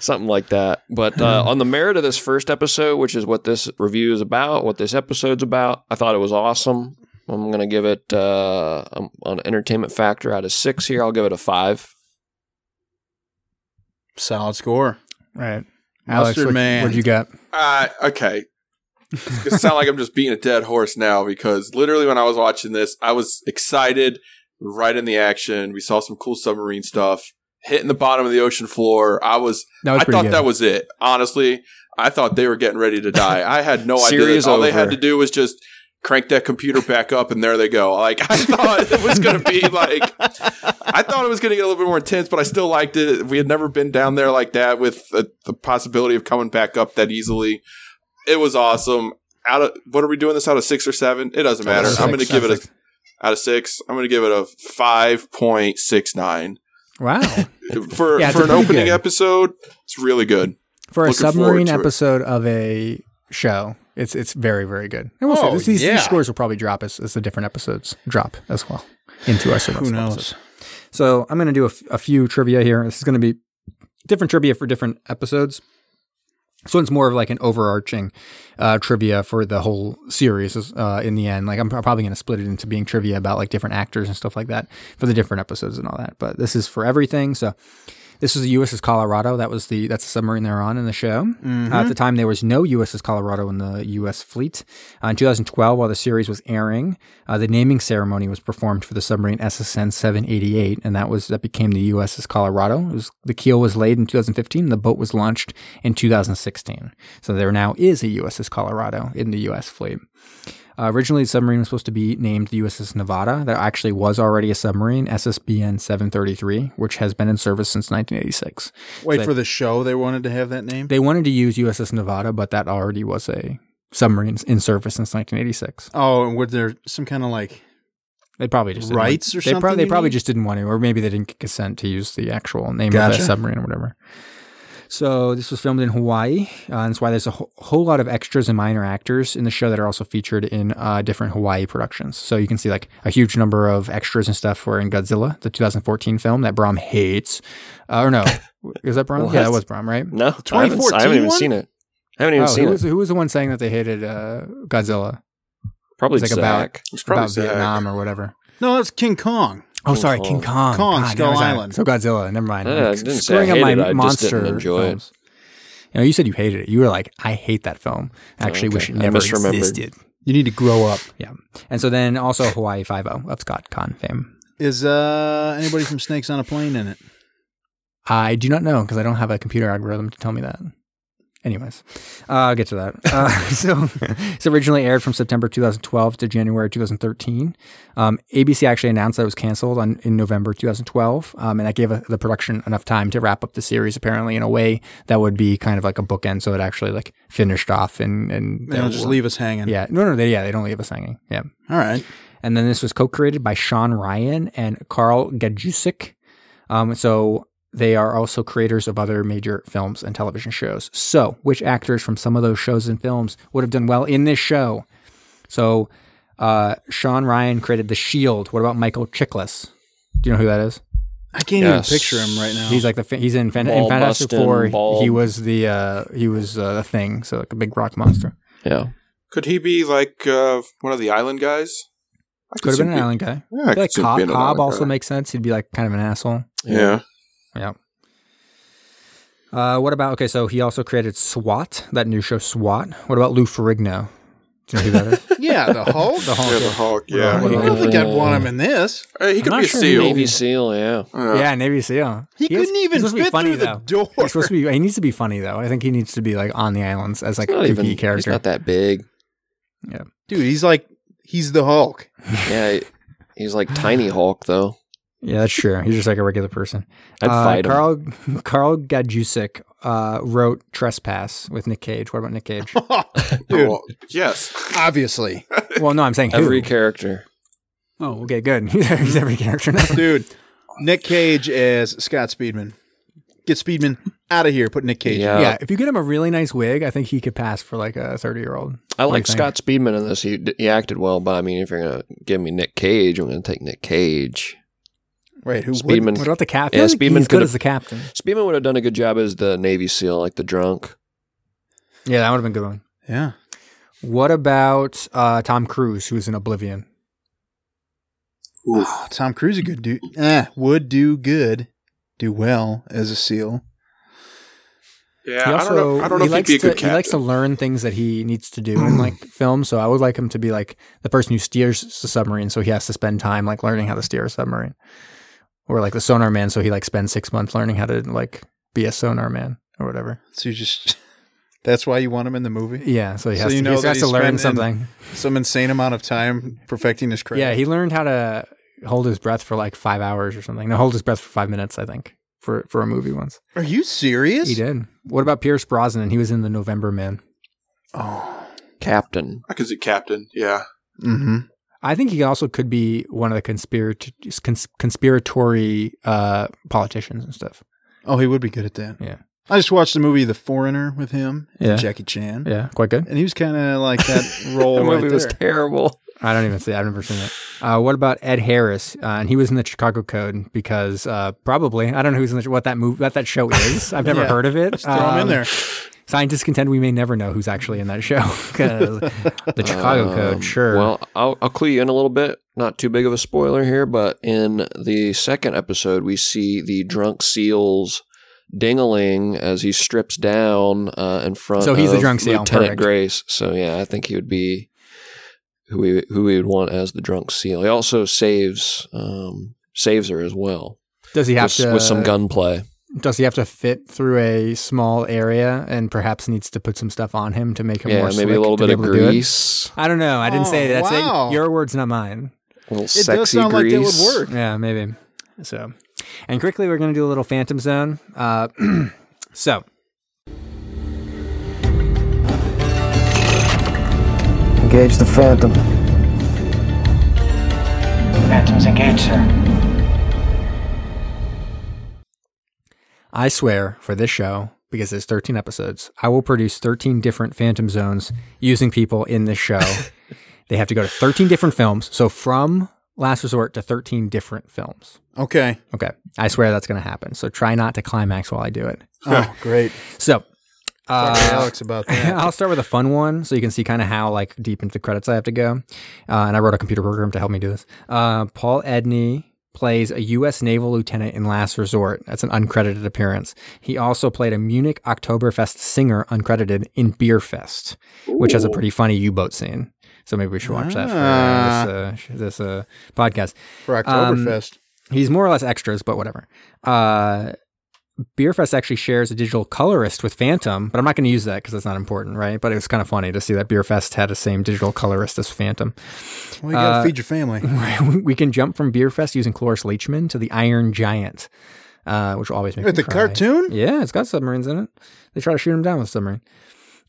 [SPEAKER 3] something like that. But uh,
[SPEAKER 2] Hmm.
[SPEAKER 3] on the merit of this first episode, which is what this review is about, what this episode's about, I thought it was awesome. I'm going to give it uh, um, on entertainment factor out of six here. I'll give it a five.
[SPEAKER 1] Solid score.
[SPEAKER 2] Right,
[SPEAKER 1] Mustard
[SPEAKER 2] what,
[SPEAKER 1] Man.
[SPEAKER 2] What'd you got?
[SPEAKER 4] uh, okay. It's gonna sound like I'm just beating a dead horse now because literally when I was watching this, I was excited, right in the action. We saw some cool submarine stuff hitting the bottom of the ocean floor. I was,
[SPEAKER 2] That was
[SPEAKER 4] I
[SPEAKER 2] pretty
[SPEAKER 4] thought
[SPEAKER 2] good.
[SPEAKER 4] that was it. Honestly, I thought they were getting ready to die. I had no idea.
[SPEAKER 3] Series
[SPEAKER 4] that All they had
[SPEAKER 3] over.
[SPEAKER 4] to do was just crank that computer back up, and there they go. Like I thought it was gonna be like. I thought it was going to get a little bit more intense, but I still liked it. We had never been down there like that with the, the possibility of coming back up that easily. It was awesome. Out of what are we doing this out of six or seven? It doesn't matter.
[SPEAKER 2] Six,
[SPEAKER 4] I'm going to give it a.
[SPEAKER 2] six.
[SPEAKER 4] out of six. I'm going to give it a 5.69.
[SPEAKER 2] Wow.
[SPEAKER 4] For,
[SPEAKER 2] Yeah, it's
[SPEAKER 4] for an
[SPEAKER 2] pretty
[SPEAKER 4] opening
[SPEAKER 2] good.
[SPEAKER 4] episode, it's really good.
[SPEAKER 2] For a
[SPEAKER 4] Looking forward
[SPEAKER 2] submarine
[SPEAKER 4] to it.
[SPEAKER 2] episode of a show, it's it's very, very good. And we'll see.
[SPEAKER 4] Oh,
[SPEAKER 2] These, these- these
[SPEAKER 4] yeah.
[SPEAKER 2] scores will probably drop as, as the different episodes drop as well into our
[SPEAKER 1] Who
[SPEAKER 2] subsequent episodes.
[SPEAKER 1] knows?
[SPEAKER 2] So I'm going to do a, f- a few trivia here. This is going to be different trivia for different episodes. This one's more of like an overarching uh, trivia for the whole series uh, in the end. Like I'm probably going to split it into being trivia about like different actors and stuff like that for the different episodes and all that. But this is for everything. So this is the USS Colorado. That was the that's the submarine they're on in the show. Uh, at the time, there was no USS Colorado in the U.S. fleet. Uh, in 2012, while the series was airing, uh, the naming ceremony was performed for the submarine SSN 788, and that was that became the USS Colorado. It was, the keel was laid in 2015. The boat was launched in 2016. So there now is a USS Colorado in the U.S. fleet. Uh, originally, the submarine was supposed to be named the USS Nevada. There actually was already a submarine, SSBN 733, which has been in service since 1986.
[SPEAKER 1] Wait for the show. They wanted to have that name.
[SPEAKER 2] They wanted to use USS Nevada, but that already was a submarine in service since 1986.
[SPEAKER 1] Oh, and were there some kind of like?
[SPEAKER 2] They probably just didn't
[SPEAKER 1] Rights
[SPEAKER 2] want-
[SPEAKER 1] or
[SPEAKER 2] they prob-
[SPEAKER 1] something
[SPEAKER 2] they
[SPEAKER 1] you
[SPEAKER 2] probably
[SPEAKER 1] mean?
[SPEAKER 2] just didn't want to, or maybe they didn't get consent to use the actual name of
[SPEAKER 1] Gotcha.
[SPEAKER 2] the submarine or whatever. So this was filmed in Hawaii, uh, and that's why there's a whole, whole lot of extras and minor actors in the show that are also featured in uh, different Hawaii productions. So you can see like a huge number of extras and stuff were in Godzilla, the 2014 film that Brom hates. Uh, or no, is that Brom? yeah, that
[SPEAKER 3] What?
[SPEAKER 2] was Brom, right?
[SPEAKER 3] No, I haven't, I
[SPEAKER 1] 2014
[SPEAKER 3] haven't even
[SPEAKER 1] one?
[SPEAKER 3] seen it. I haven't even
[SPEAKER 2] Oh,
[SPEAKER 3] seen
[SPEAKER 2] who, was,
[SPEAKER 3] it.
[SPEAKER 2] who was the one saying that they hated uh, Godzilla?
[SPEAKER 3] Probably
[SPEAKER 2] like
[SPEAKER 3] Zach.
[SPEAKER 2] about-
[SPEAKER 4] It's probably
[SPEAKER 2] about
[SPEAKER 4] Zach.
[SPEAKER 2] Vietnam or whatever.
[SPEAKER 1] No, that's King Kong.
[SPEAKER 2] Oh,
[SPEAKER 3] King
[SPEAKER 2] sorry,
[SPEAKER 3] Kong.
[SPEAKER 2] King Kong.
[SPEAKER 1] Kong,
[SPEAKER 2] God,
[SPEAKER 1] Skull
[SPEAKER 2] now it's out.
[SPEAKER 1] Island.
[SPEAKER 2] So Godzilla. Never mind.
[SPEAKER 3] Yeah,
[SPEAKER 2] I'm
[SPEAKER 3] I didn't say I hated it, I just didn't enjoy it.
[SPEAKER 2] films. You know, you said you hated it. You were like, I hate that film. I actually wish it
[SPEAKER 3] Okay, I
[SPEAKER 2] never
[SPEAKER 3] misremembered.
[SPEAKER 2] existed.
[SPEAKER 1] You need to grow up.
[SPEAKER 2] Yeah. And so then also Hawaii Five O of Scott Kahn fame.
[SPEAKER 1] Is uh anybody from Snakes on a Plane in it?
[SPEAKER 2] I do not know because I don't have a computer algorithm to tell me that. Anyways, uh, I'll get to that. Uh, so, it's originally aired from September 2012 to January 2013. Um, ABC actually announced that it was canceled on, in November 2012, um, and that gave uh the production enough time to wrap up the series apparently in a way that would be kind of like a bookend, so it actually like finished off and and
[SPEAKER 1] They don't just leave us hanging.
[SPEAKER 2] Yeah, no, no, they, yeah, they don't leave us hanging. Yeah.
[SPEAKER 1] All right.
[SPEAKER 2] And then this was co-created by Sean Ryan and Carl Gajusik. Um, so they are also creators of other major films and television shows. So which actors from some of those shows and films would have done well in this show? So uh, Sean Ryan created The Shield. What about Michael Chiklis? Do you know who that is?
[SPEAKER 1] I can't
[SPEAKER 3] Yes.
[SPEAKER 1] even picture him right now.
[SPEAKER 2] He's like the fa- he's in, Fan- in
[SPEAKER 3] Ball
[SPEAKER 2] Fantastic
[SPEAKER 3] busting,
[SPEAKER 2] Four.
[SPEAKER 3] bald.
[SPEAKER 2] He was the uh, he was uh, the thing. So like a big rock monster.
[SPEAKER 3] Yeah.
[SPEAKER 4] Could he be like uh, one of the island guys? I
[SPEAKER 2] Could have
[SPEAKER 4] see
[SPEAKER 2] been an
[SPEAKER 4] him
[SPEAKER 2] island guy.
[SPEAKER 4] be- Yeah, I
[SPEAKER 2] I feel like
[SPEAKER 4] could see him
[SPEAKER 2] Cobb,
[SPEAKER 4] being an
[SPEAKER 2] Cobb
[SPEAKER 4] island
[SPEAKER 2] also
[SPEAKER 4] guy.
[SPEAKER 2] makes sense. He'd be like kind of an asshole.
[SPEAKER 4] Yeah.
[SPEAKER 2] Yeah. Uh, what about okay? So he also created SWAT, that new show SWAT. What about Lou Ferrigno? Do you know who that is?
[SPEAKER 1] yeah, the Hulk. the
[SPEAKER 4] Yeah, the Hulk.
[SPEAKER 1] I
[SPEAKER 4] Yeah.
[SPEAKER 2] What
[SPEAKER 1] don't
[SPEAKER 2] about-
[SPEAKER 1] think I'd want him in this.
[SPEAKER 4] Hey, he
[SPEAKER 2] I'm
[SPEAKER 4] could
[SPEAKER 2] not
[SPEAKER 4] be a
[SPEAKER 2] sure
[SPEAKER 4] seal.
[SPEAKER 3] Navy SEAL, yeah.
[SPEAKER 2] yeah, Navy SEAL.
[SPEAKER 1] He,
[SPEAKER 2] is-
[SPEAKER 1] couldn't even
[SPEAKER 2] he's supposed to be
[SPEAKER 1] fit
[SPEAKER 2] funny,
[SPEAKER 1] through
[SPEAKER 2] though.
[SPEAKER 1] the door.
[SPEAKER 2] He's supposed to be. He needs to be funny though. I think he needs to be like on the islands as like a
[SPEAKER 3] Not
[SPEAKER 2] kooky
[SPEAKER 3] even, He's
[SPEAKER 2] character.
[SPEAKER 3] not that big.
[SPEAKER 1] Dude, he's like he's the Hulk.
[SPEAKER 3] Yeah, he- he's like Tiny Hulk though.
[SPEAKER 2] Yeah, that's true. He's just like a regular person.
[SPEAKER 3] I'd
[SPEAKER 2] uh,
[SPEAKER 3] fight him.
[SPEAKER 2] Carl Carl Gajusik uh, wrote Trespass with Nick Cage. What about Nick Cage?
[SPEAKER 1] Dude,
[SPEAKER 4] Oh, Well, yes.
[SPEAKER 1] obviously.
[SPEAKER 2] well, no, I'm saying who.
[SPEAKER 3] Every character.
[SPEAKER 2] oh, okay, good. he's every character now.
[SPEAKER 1] Dude, Nick Cage as Scott Speedman. Get Speedman out of here. Put Nick Cage. in.
[SPEAKER 3] Yeah.
[SPEAKER 2] yeah, if you get him a really nice wig, I think he could pass for like a 30 year old.
[SPEAKER 3] I like
[SPEAKER 2] do you
[SPEAKER 3] Scott Speedman in this. He, he acted well, but I mean, if you're gonna give me Nick Cage, I'm gonna take Nick Cage.
[SPEAKER 1] Wait, who would-
[SPEAKER 3] Speedman.
[SPEAKER 2] What about the captain?
[SPEAKER 3] Yeah,
[SPEAKER 2] I think
[SPEAKER 3] Speedman
[SPEAKER 2] he's good
[SPEAKER 3] could've-
[SPEAKER 2] as the captain.
[SPEAKER 3] Speedman would have done a good job as the Navy SEAL, like the drunk.
[SPEAKER 2] Yeah, that would have been a good one.
[SPEAKER 1] Yeah.
[SPEAKER 2] What about uh, Tom Cruise, who's in Oblivion?
[SPEAKER 1] Oh, Tom Cruise a good dude. Eh, would do good, do well as a seal.
[SPEAKER 4] Yeah.
[SPEAKER 2] he also
[SPEAKER 4] I don't know. I don't
[SPEAKER 2] he
[SPEAKER 4] know if he'd
[SPEAKER 2] likes
[SPEAKER 4] be a
[SPEAKER 2] to
[SPEAKER 4] good
[SPEAKER 2] he likes to
[SPEAKER 4] captain.
[SPEAKER 2] learn things that he needs to do in like film. So I would like him to be like the person who steers the submarine. So he has to spend time like learning how to steer a submarine, or like the sonar man. So he like spends six months learning how to like be a sonar man or whatever.
[SPEAKER 1] So you just that's why you want him in the movie.
[SPEAKER 2] Yeah, so he
[SPEAKER 1] So
[SPEAKER 2] has
[SPEAKER 1] you
[SPEAKER 2] to,
[SPEAKER 1] know
[SPEAKER 2] he has
[SPEAKER 1] that
[SPEAKER 2] has to
[SPEAKER 1] he's spending-
[SPEAKER 2] learn something.
[SPEAKER 1] Some insane amount of time perfecting his craft.
[SPEAKER 2] Yeah, he learned how to hold his breath for like five hours or something. No, hold his breath for five minutes, I think, for for a movie once.
[SPEAKER 1] Are you serious?
[SPEAKER 2] He did. What about Pierce Brosnan? He was in The November Man.
[SPEAKER 1] Oh.
[SPEAKER 3] Captain.
[SPEAKER 4] I could see captain. Yeah.
[SPEAKER 1] Mm-hmm.
[SPEAKER 2] I think he also could be one of the conspirat- cons- conspiratory uh, politicians and stuff.
[SPEAKER 1] Oh, he would be good at that.
[SPEAKER 2] Yeah.
[SPEAKER 1] I just watched the movie The Foreigner with him, and
[SPEAKER 2] Yeah.
[SPEAKER 1] Jackie Chan.
[SPEAKER 2] Yeah, quite good.
[SPEAKER 1] And he was kind of like that role
[SPEAKER 3] That
[SPEAKER 1] right
[SPEAKER 3] movie
[SPEAKER 1] there.
[SPEAKER 3] was Oh, terrible.
[SPEAKER 2] I don't even see. I've never seen it. Uh, what about Ed Harris? Uh, and he was in the Chicago Code because uh, probably I don't know who's in the, what that move what that show is. I've never
[SPEAKER 1] Yeah.
[SPEAKER 2] heard of it.
[SPEAKER 1] Just throw him in
[SPEAKER 2] Um,
[SPEAKER 1] there.
[SPEAKER 2] Scientists contend we may never know who's actually in that show 'Cause the Chicago
[SPEAKER 3] Um,
[SPEAKER 2] Code. Sure.
[SPEAKER 3] Well, I'll, I'll clue you in a little bit. Not too big of a spoiler here, but in the second episode, we see the drunk seals dingling as he strips down uh, in front.
[SPEAKER 2] So he's the
[SPEAKER 3] of
[SPEAKER 2] drunk seal,
[SPEAKER 3] Lieutenant
[SPEAKER 2] perfect.
[SPEAKER 3] Grace. So yeah, I think he would be who we who we would want as the drunk seal. He also saves um, saves her as well
[SPEAKER 2] does he have
[SPEAKER 3] with,
[SPEAKER 2] to
[SPEAKER 3] with some gunplay.
[SPEAKER 2] Does he have to fit through a small area and perhaps needs to put some stuff on him to make him
[SPEAKER 3] Yeah,
[SPEAKER 2] more
[SPEAKER 3] maybe
[SPEAKER 2] slick
[SPEAKER 3] a little
[SPEAKER 2] to
[SPEAKER 3] bit
[SPEAKER 2] be
[SPEAKER 3] of
[SPEAKER 2] able to do it?
[SPEAKER 3] grease,
[SPEAKER 2] I don't know. I didn't say
[SPEAKER 1] Oh,
[SPEAKER 2] that. That's a-
[SPEAKER 1] wow.
[SPEAKER 2] your words, not mine.
[SPEAKER 3] a little
[SPEAKER 1] It
[SPEAKER 3] sexy
[SPEAKER 1] does sound like
[SPEAKER 3] grease.
[SPEAKER 1] that would work.
[SPEAKER 2] Yeah, maybe. So, and quickly, we're going to do a little Phantom Zone. Uh, so,
[SPEAKER 5] Engage the Phantom.
[SPEAKER 6] Phantoms engaged, sir.
[SPEAKER 2] I swear for this show, because there's 13 episodes, I will produce 13 different Phantom Zones using people in this show. they have to go to 13 different films. So, from Last Resort to 13 different films.
[SPEAKER 1] Okay.
[SPEAKER 2] Okay. I swear that's going to happen. So, try not to climax while I do it.
[SPEAKER 1] Oh, great.
[SPEAKER 2] So,
[SPEAKER 1] Talk to
[SPEAKER 2] uh,
[SPEAKER 1] Alex about that.
[SPEAKER 2] I'll start with a fun one so you can see kind of how like deep into the credits I have to go. Uh, and I wrote a computer program to help me do this. Uh, Paul Edney plays a U.S. naval lieutenant in Last Resort. That's an uncredited appearance. He also played a Munich Oktoberfest singer uncredited in Beerfest, which has a pretty funny U-boat scene. So maybe we should watch that for uh, this, uh, this uh, podcast.
[SPEAKER 1] For
[SPEAKER 2] Um,
[SPEAKER 1] Oktoberfest.
[SPEAKER 2] He's more or less extras, but whatever. Uh, Beerfest actually shares a digital colorist with Phantom, but I'm not going to use that because that's not important, right? But it was kind of funny to see that Beerfest had the same digital colorist as Phantom.
[SPEAKER 1] well, you got to
[SPEAKER 2] uh,
[SPEAKER 1] feed your family.
[SPEAKER 2] we can jump from Beerfest using Cloris Leachman to the Iron Giant, uh, which will always makes
[SPEAKER 1] With the cartoon?
[SPEAKER 2] Yeah, it's got submarines in it. They try to shoot him down with a submarine.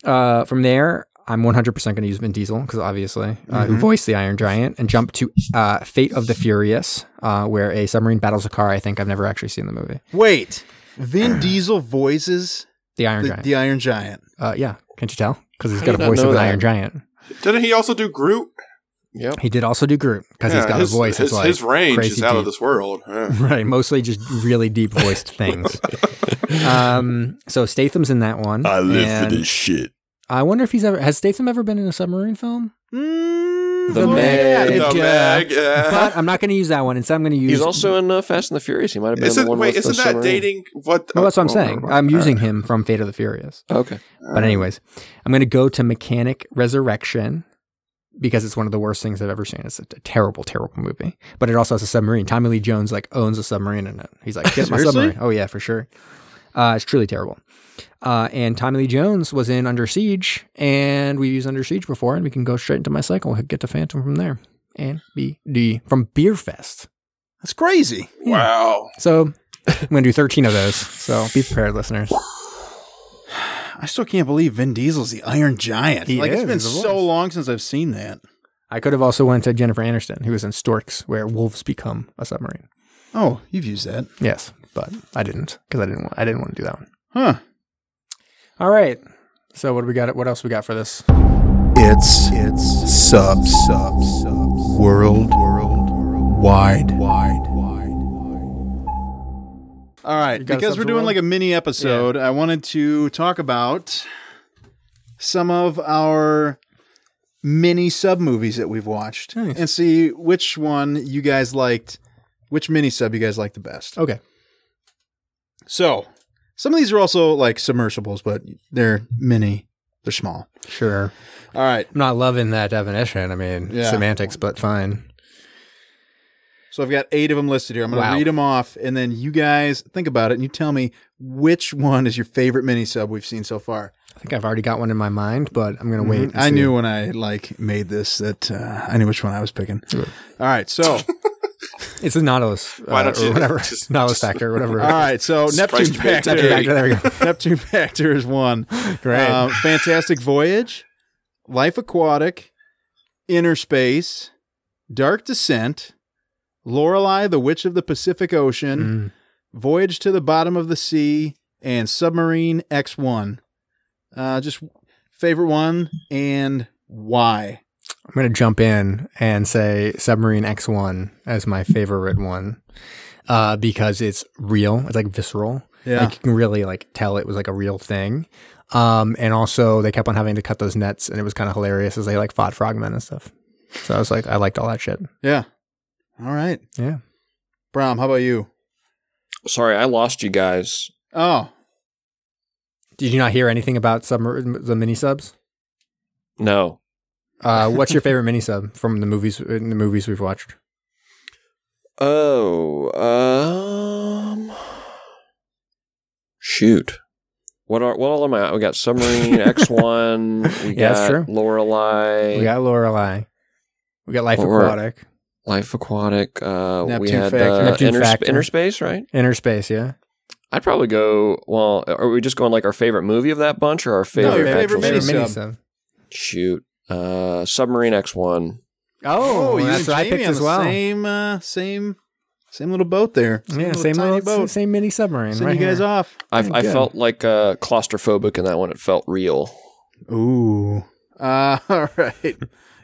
[SPEAKER 2] Uh, from there, I'm 100% going to use Vin Diesel because obviously, uh, who voiced the Iron Giant, and jump to uh, Fate of the Furious, uh, where a submarine battles a car. I think I've never actually seen the movie.
[SPEAKER 1] Wait. Vin Diesel voices
[SPEAKER 2] The Iron
[SPEAKER 1] the,
[SPEAKER 2] Giant.
[SPEAKER 1] the Iron Giant.
[SPEAKER 2] uh, yeah, can't you tell? Because he's
[SPEAKER 3] How
[SPEAKER 2] got a
[SPEAKER 3] do you not
[SPEAKER 2] voice of
[SPEAKER 3] know
[SPEAKER 2] an
[SPEAKER 3] that?
[SPEAKER 2] Iron Giant.
[SPEAKER 4] Didn't he also do Groot?
[SPEAKER 3] Yep.
[SPEAKER 2] He did also do Groot because he's
[SPEAKER 4] Yeah,
[SPEAKER 2] got
[SPEAKER 4] his,
[SPEAKER 2] a voice.
[SPEAKER 4] His,
[SPEAKER 2] that's like
[SPEAKER 4] his range
[SPEAKER 2] crazy
[SPEAKER 4] is out
[SPEAKER 2] deep.
[SPEAKER 4] of this world. Yeah.
[SPEAKER 2] Right, mostly just really deep voiced things. um, so Statham's in that one. I live for this shit. I wonder if he's ever has Statham ever been in a submarine film?
[SPEAKER 1] Mm,
[SPEAKER 3] The
[SPEAKER 1] oh,
[SPEAKER 3] man.
[SPEAKER 2] If,
[SPEAKER 4] The
[SPEAKER 2] uh,
[SPEAKER 4] Meg, yeah.
[SPEAKER 2] But I'm not going to use that one. Instead, I'm going to use.
[SPEAKER 3] He's also in uh, Fast and the Furious. He might have been the
[SPEAKER 4] Isn't,
[SPEAKER 3] one
[SPEAKER 4] wait,
[SPEAKER 3] with the
[SPEAKER 4] isn't that
[SPEAKER 3] submarine.
[SPEAKER 4] dating what?
[SPEAKER 2] Well, that's what I'm
[SPEAKER 4] oh,
[SPEAKER 2] saying.
[SPEAKER 4] never mind.
[SPEAKER 2] I'm using him from Fate of the Furious.
[SPEAKER 3] Okay.
[SPEAKER 2] But anyways, I'm going to go to Mechanic Resurrection because it's one of the worst things I've ever seen. It's a t- terrible, terrible movie. But it also has a submarine. Tommy Lee Jones like owns a submarine in it. He's like, get my
[SPEAKER 1] Seriously?
[SPEAKER 2] submarine. Oh yeah, for sure. Uh, it's truly terrible. Uh, and Tommy Lee Jones was in Under Siege, and we've used Under Siege before, and we can go straight into my cycle. Get to Phantom from there, and B D from Beerfest.
[SPEAKER 1] That's crazy.
[SPEAKER 4] Wow.
[SPEAKER 2] So I'm gonna do 13 of those. So be prepared, listeners.
[SPEAKER 1] I still can't believe Vin Diesel's the Iron Giant.
[SPEAKER 2] He
[SPEAKER 1] like
[SPEAKER 2] is,
[SPEAKER 1] it's been
[SPEAKER 2] he's the
[SPEAKER 1] so
[SPEAKER 2] voice.
[SPEAKER 1] long since I've seen that.
[SPEAKER 2] I could have also went to Jennifer Aniston, who was in Storks, where wolves become a submarine.
[SPEAKER 1] Oh, you've used that,
[SPEAKER 2] Yes, but I didn't because I didn't want I didn't want to do that one.
[SPEAKER 1] huh?
[SPEAKER 2] All right. So what do we got? What else we got for this?
[SPEAKER 1] It's it's sub sub sub world world wide wide wide. All right,
[SPEAKER 2] You got
[SPEAKER 1] because
[SPEAKER 2] subs
[SPEAKER 1] we're doing
[SPEAKER 2] world?
[SPEAKER 1] like a mini episode, I wanted to talk about some of our mini sub movies that we've watched
[SPEAKER 2] Nice.
[SPEAKER 1] and see which one you guys liked, which mini sub you guys liked the best.
[SPEAKER 2] Okay.
[SPEAKER 1] So some of these are also like submersibles, but they're mini. They're small.
[SPEAKER 2] Sure.
[SPEAKER 1] All right.
[SPEAKER 2] I'm not loving that definition. I mean,
[SPEAKER 1] Yeah.
[SPEAKER 2] semantics, but fine.
[SPEAKER 1] So I've got eight of them listed here. I'm going to
[SPEAKER 2] Wow.
[SPEAKER 1] read them off, and then you guys think about it and you tell me which one is your favorite mini sub we've seen so far. Mm-hmm.
[SPEAKER 2] I think I've already got one in my mind, but I'm
[SPEAKER 4] Mm-hmm.
[SPEAKER 2] gonna wait. and
[SPEAKER 1] I
[SPEAKER 2] see.
[SPEAKER 1] knew when I like made this that uh, I knew which one I was picking. All right. So
[SPEAKER 2] it's a Nautilus. uh,
[SPEAKER 4] Why don't
[SPEAKER 2] or
[SPEAKER 4] you
[SPEAKER 2] whatever
[SPEAKER 4] just-
[SPEAKER 2] Nautilus
[SPEAKER 4] just-
[SPEAKER 2] factor, whatever.
[SPEAKER 1] all right. So Neptune
[SPEAKER 4] Surprised you picked
[SPEAKER 2] Factor,
[SPEAKER 1] Factor.
[SPEAKER 2] There we go.
[SPEAKER 1] Neptune Factor is one.
[SPEAKER 2] Great.
[SPEAKER 1] Um, Fantastic Voyage, Life Aquatic, Inner Space, Dark Descent, Lorelei, the Witch of the Pacific Ocean,
[SPEAKER 2] Mm.
[SPEAKER 1] Voyage to the Bottom of the Sea, and Submarine X1. Uh, just favorite one and why?
[SPEAKER 2] I'm going to jump in and say Submarine X1 as my favorite one uh, because it's real. It's like visceral.
[SPEAKER 1] Yeah.
[SPEAKER 2] Like you can really like tell it was like a real thing. Um, and also they kept on having to cut those nets and it was kind of hilarious as they like fought frogmen and stuff. So I was like, I liked all that shit.
[SPEAKER 1] yeah. All right.
[SPEAKER 2] Yeah.
[SPEAKER 1] Brom, how about you?
[SPEAKER 3] Sorry, I lost you guys.
[SPEAKER 1] Oh,
[SPEAKER 2] Did you not hear anything about submar- the mini subs?
[SPEAKER 3] No.
[SPEAKER 2] Uh, what's your favorite mini sub from the movies in the movies we've watched?
[SPEAKER 3] Oh, um, shoot. What are what all am I? We got submarine X one. We
[SPEAKER 2] Yeah, that's
[SPEAKER 3] got
[SPEAKER 2] true.
[SPEAKER 3] Lorelei.
[SPEAKER 2] We got Lorelei. We got Life
[SPEAKER 3] What were-
[SPEAKER 2] Aquatic.
[SPEAKER 3] Life Aquatic. Uh, we
[SPEAKER 1] Neptune
[SPEAKER 3] had
[SPEAKER 1] Factor.
[SPEAKER 3] uh,
[SPEAKER 2] Neptune
[SPEAKER 3] Inter-
[SPEAKER 2] Factor.
[SPEAKER 3] Interspace, right?
[SPEAKER 2] Inner Space, yeah.
[SPEAKER 3] I'd probably go. Well, are we just going like our favorite movie of that bunch or our favorite?
[SPEAKER 1] your
[SPEAKER 3] actual
[SPEAKER 1] favorite mini
[SPEAKER 3] sub?
[SPEAKER 1] sub.
[SPEAKER 3] Shoot, uh, submarine X one.
[SPEAKER 2] Oh,
[SPEAKER 1] you
[SPEAKER 2] that's
[SPEAKER 1] and
[SPEAKER 2] what I
[SPEAKER 1] Jamie
[SPEAKER 2] picked
[SPEAKER 1] on
[SPEAKER 2] as
[SPEAKER 1] the
[SPEAKER 2] well.
[SPEAKER 1] Same, uh, same, same little boat there. Same
[SPEAKER 2] yeah,
[SPEAKER 1] little
[SPEAKER 2] same
[SPEAKER 1] tiny
[SPEAKER 2] little,
[SPEAKER 1] boat.
[SPEAKER 2] same mini submarine.
[SPEAKER 1] Send
[SPEAKER 2] right
[SPEAKER 1] you guys
[SPEAKER 2] here.
[SPEAKER 1] off.
[SPEAKER 3] I
[SPEAKER 2] Very
[SPEAKER 3] I
[SPEAKER 2] good.
[SPEAKER 3] felt like uh, claustrophobic in that one. It felt real.
[SPEAKER 1] Ooh. Uh, all right,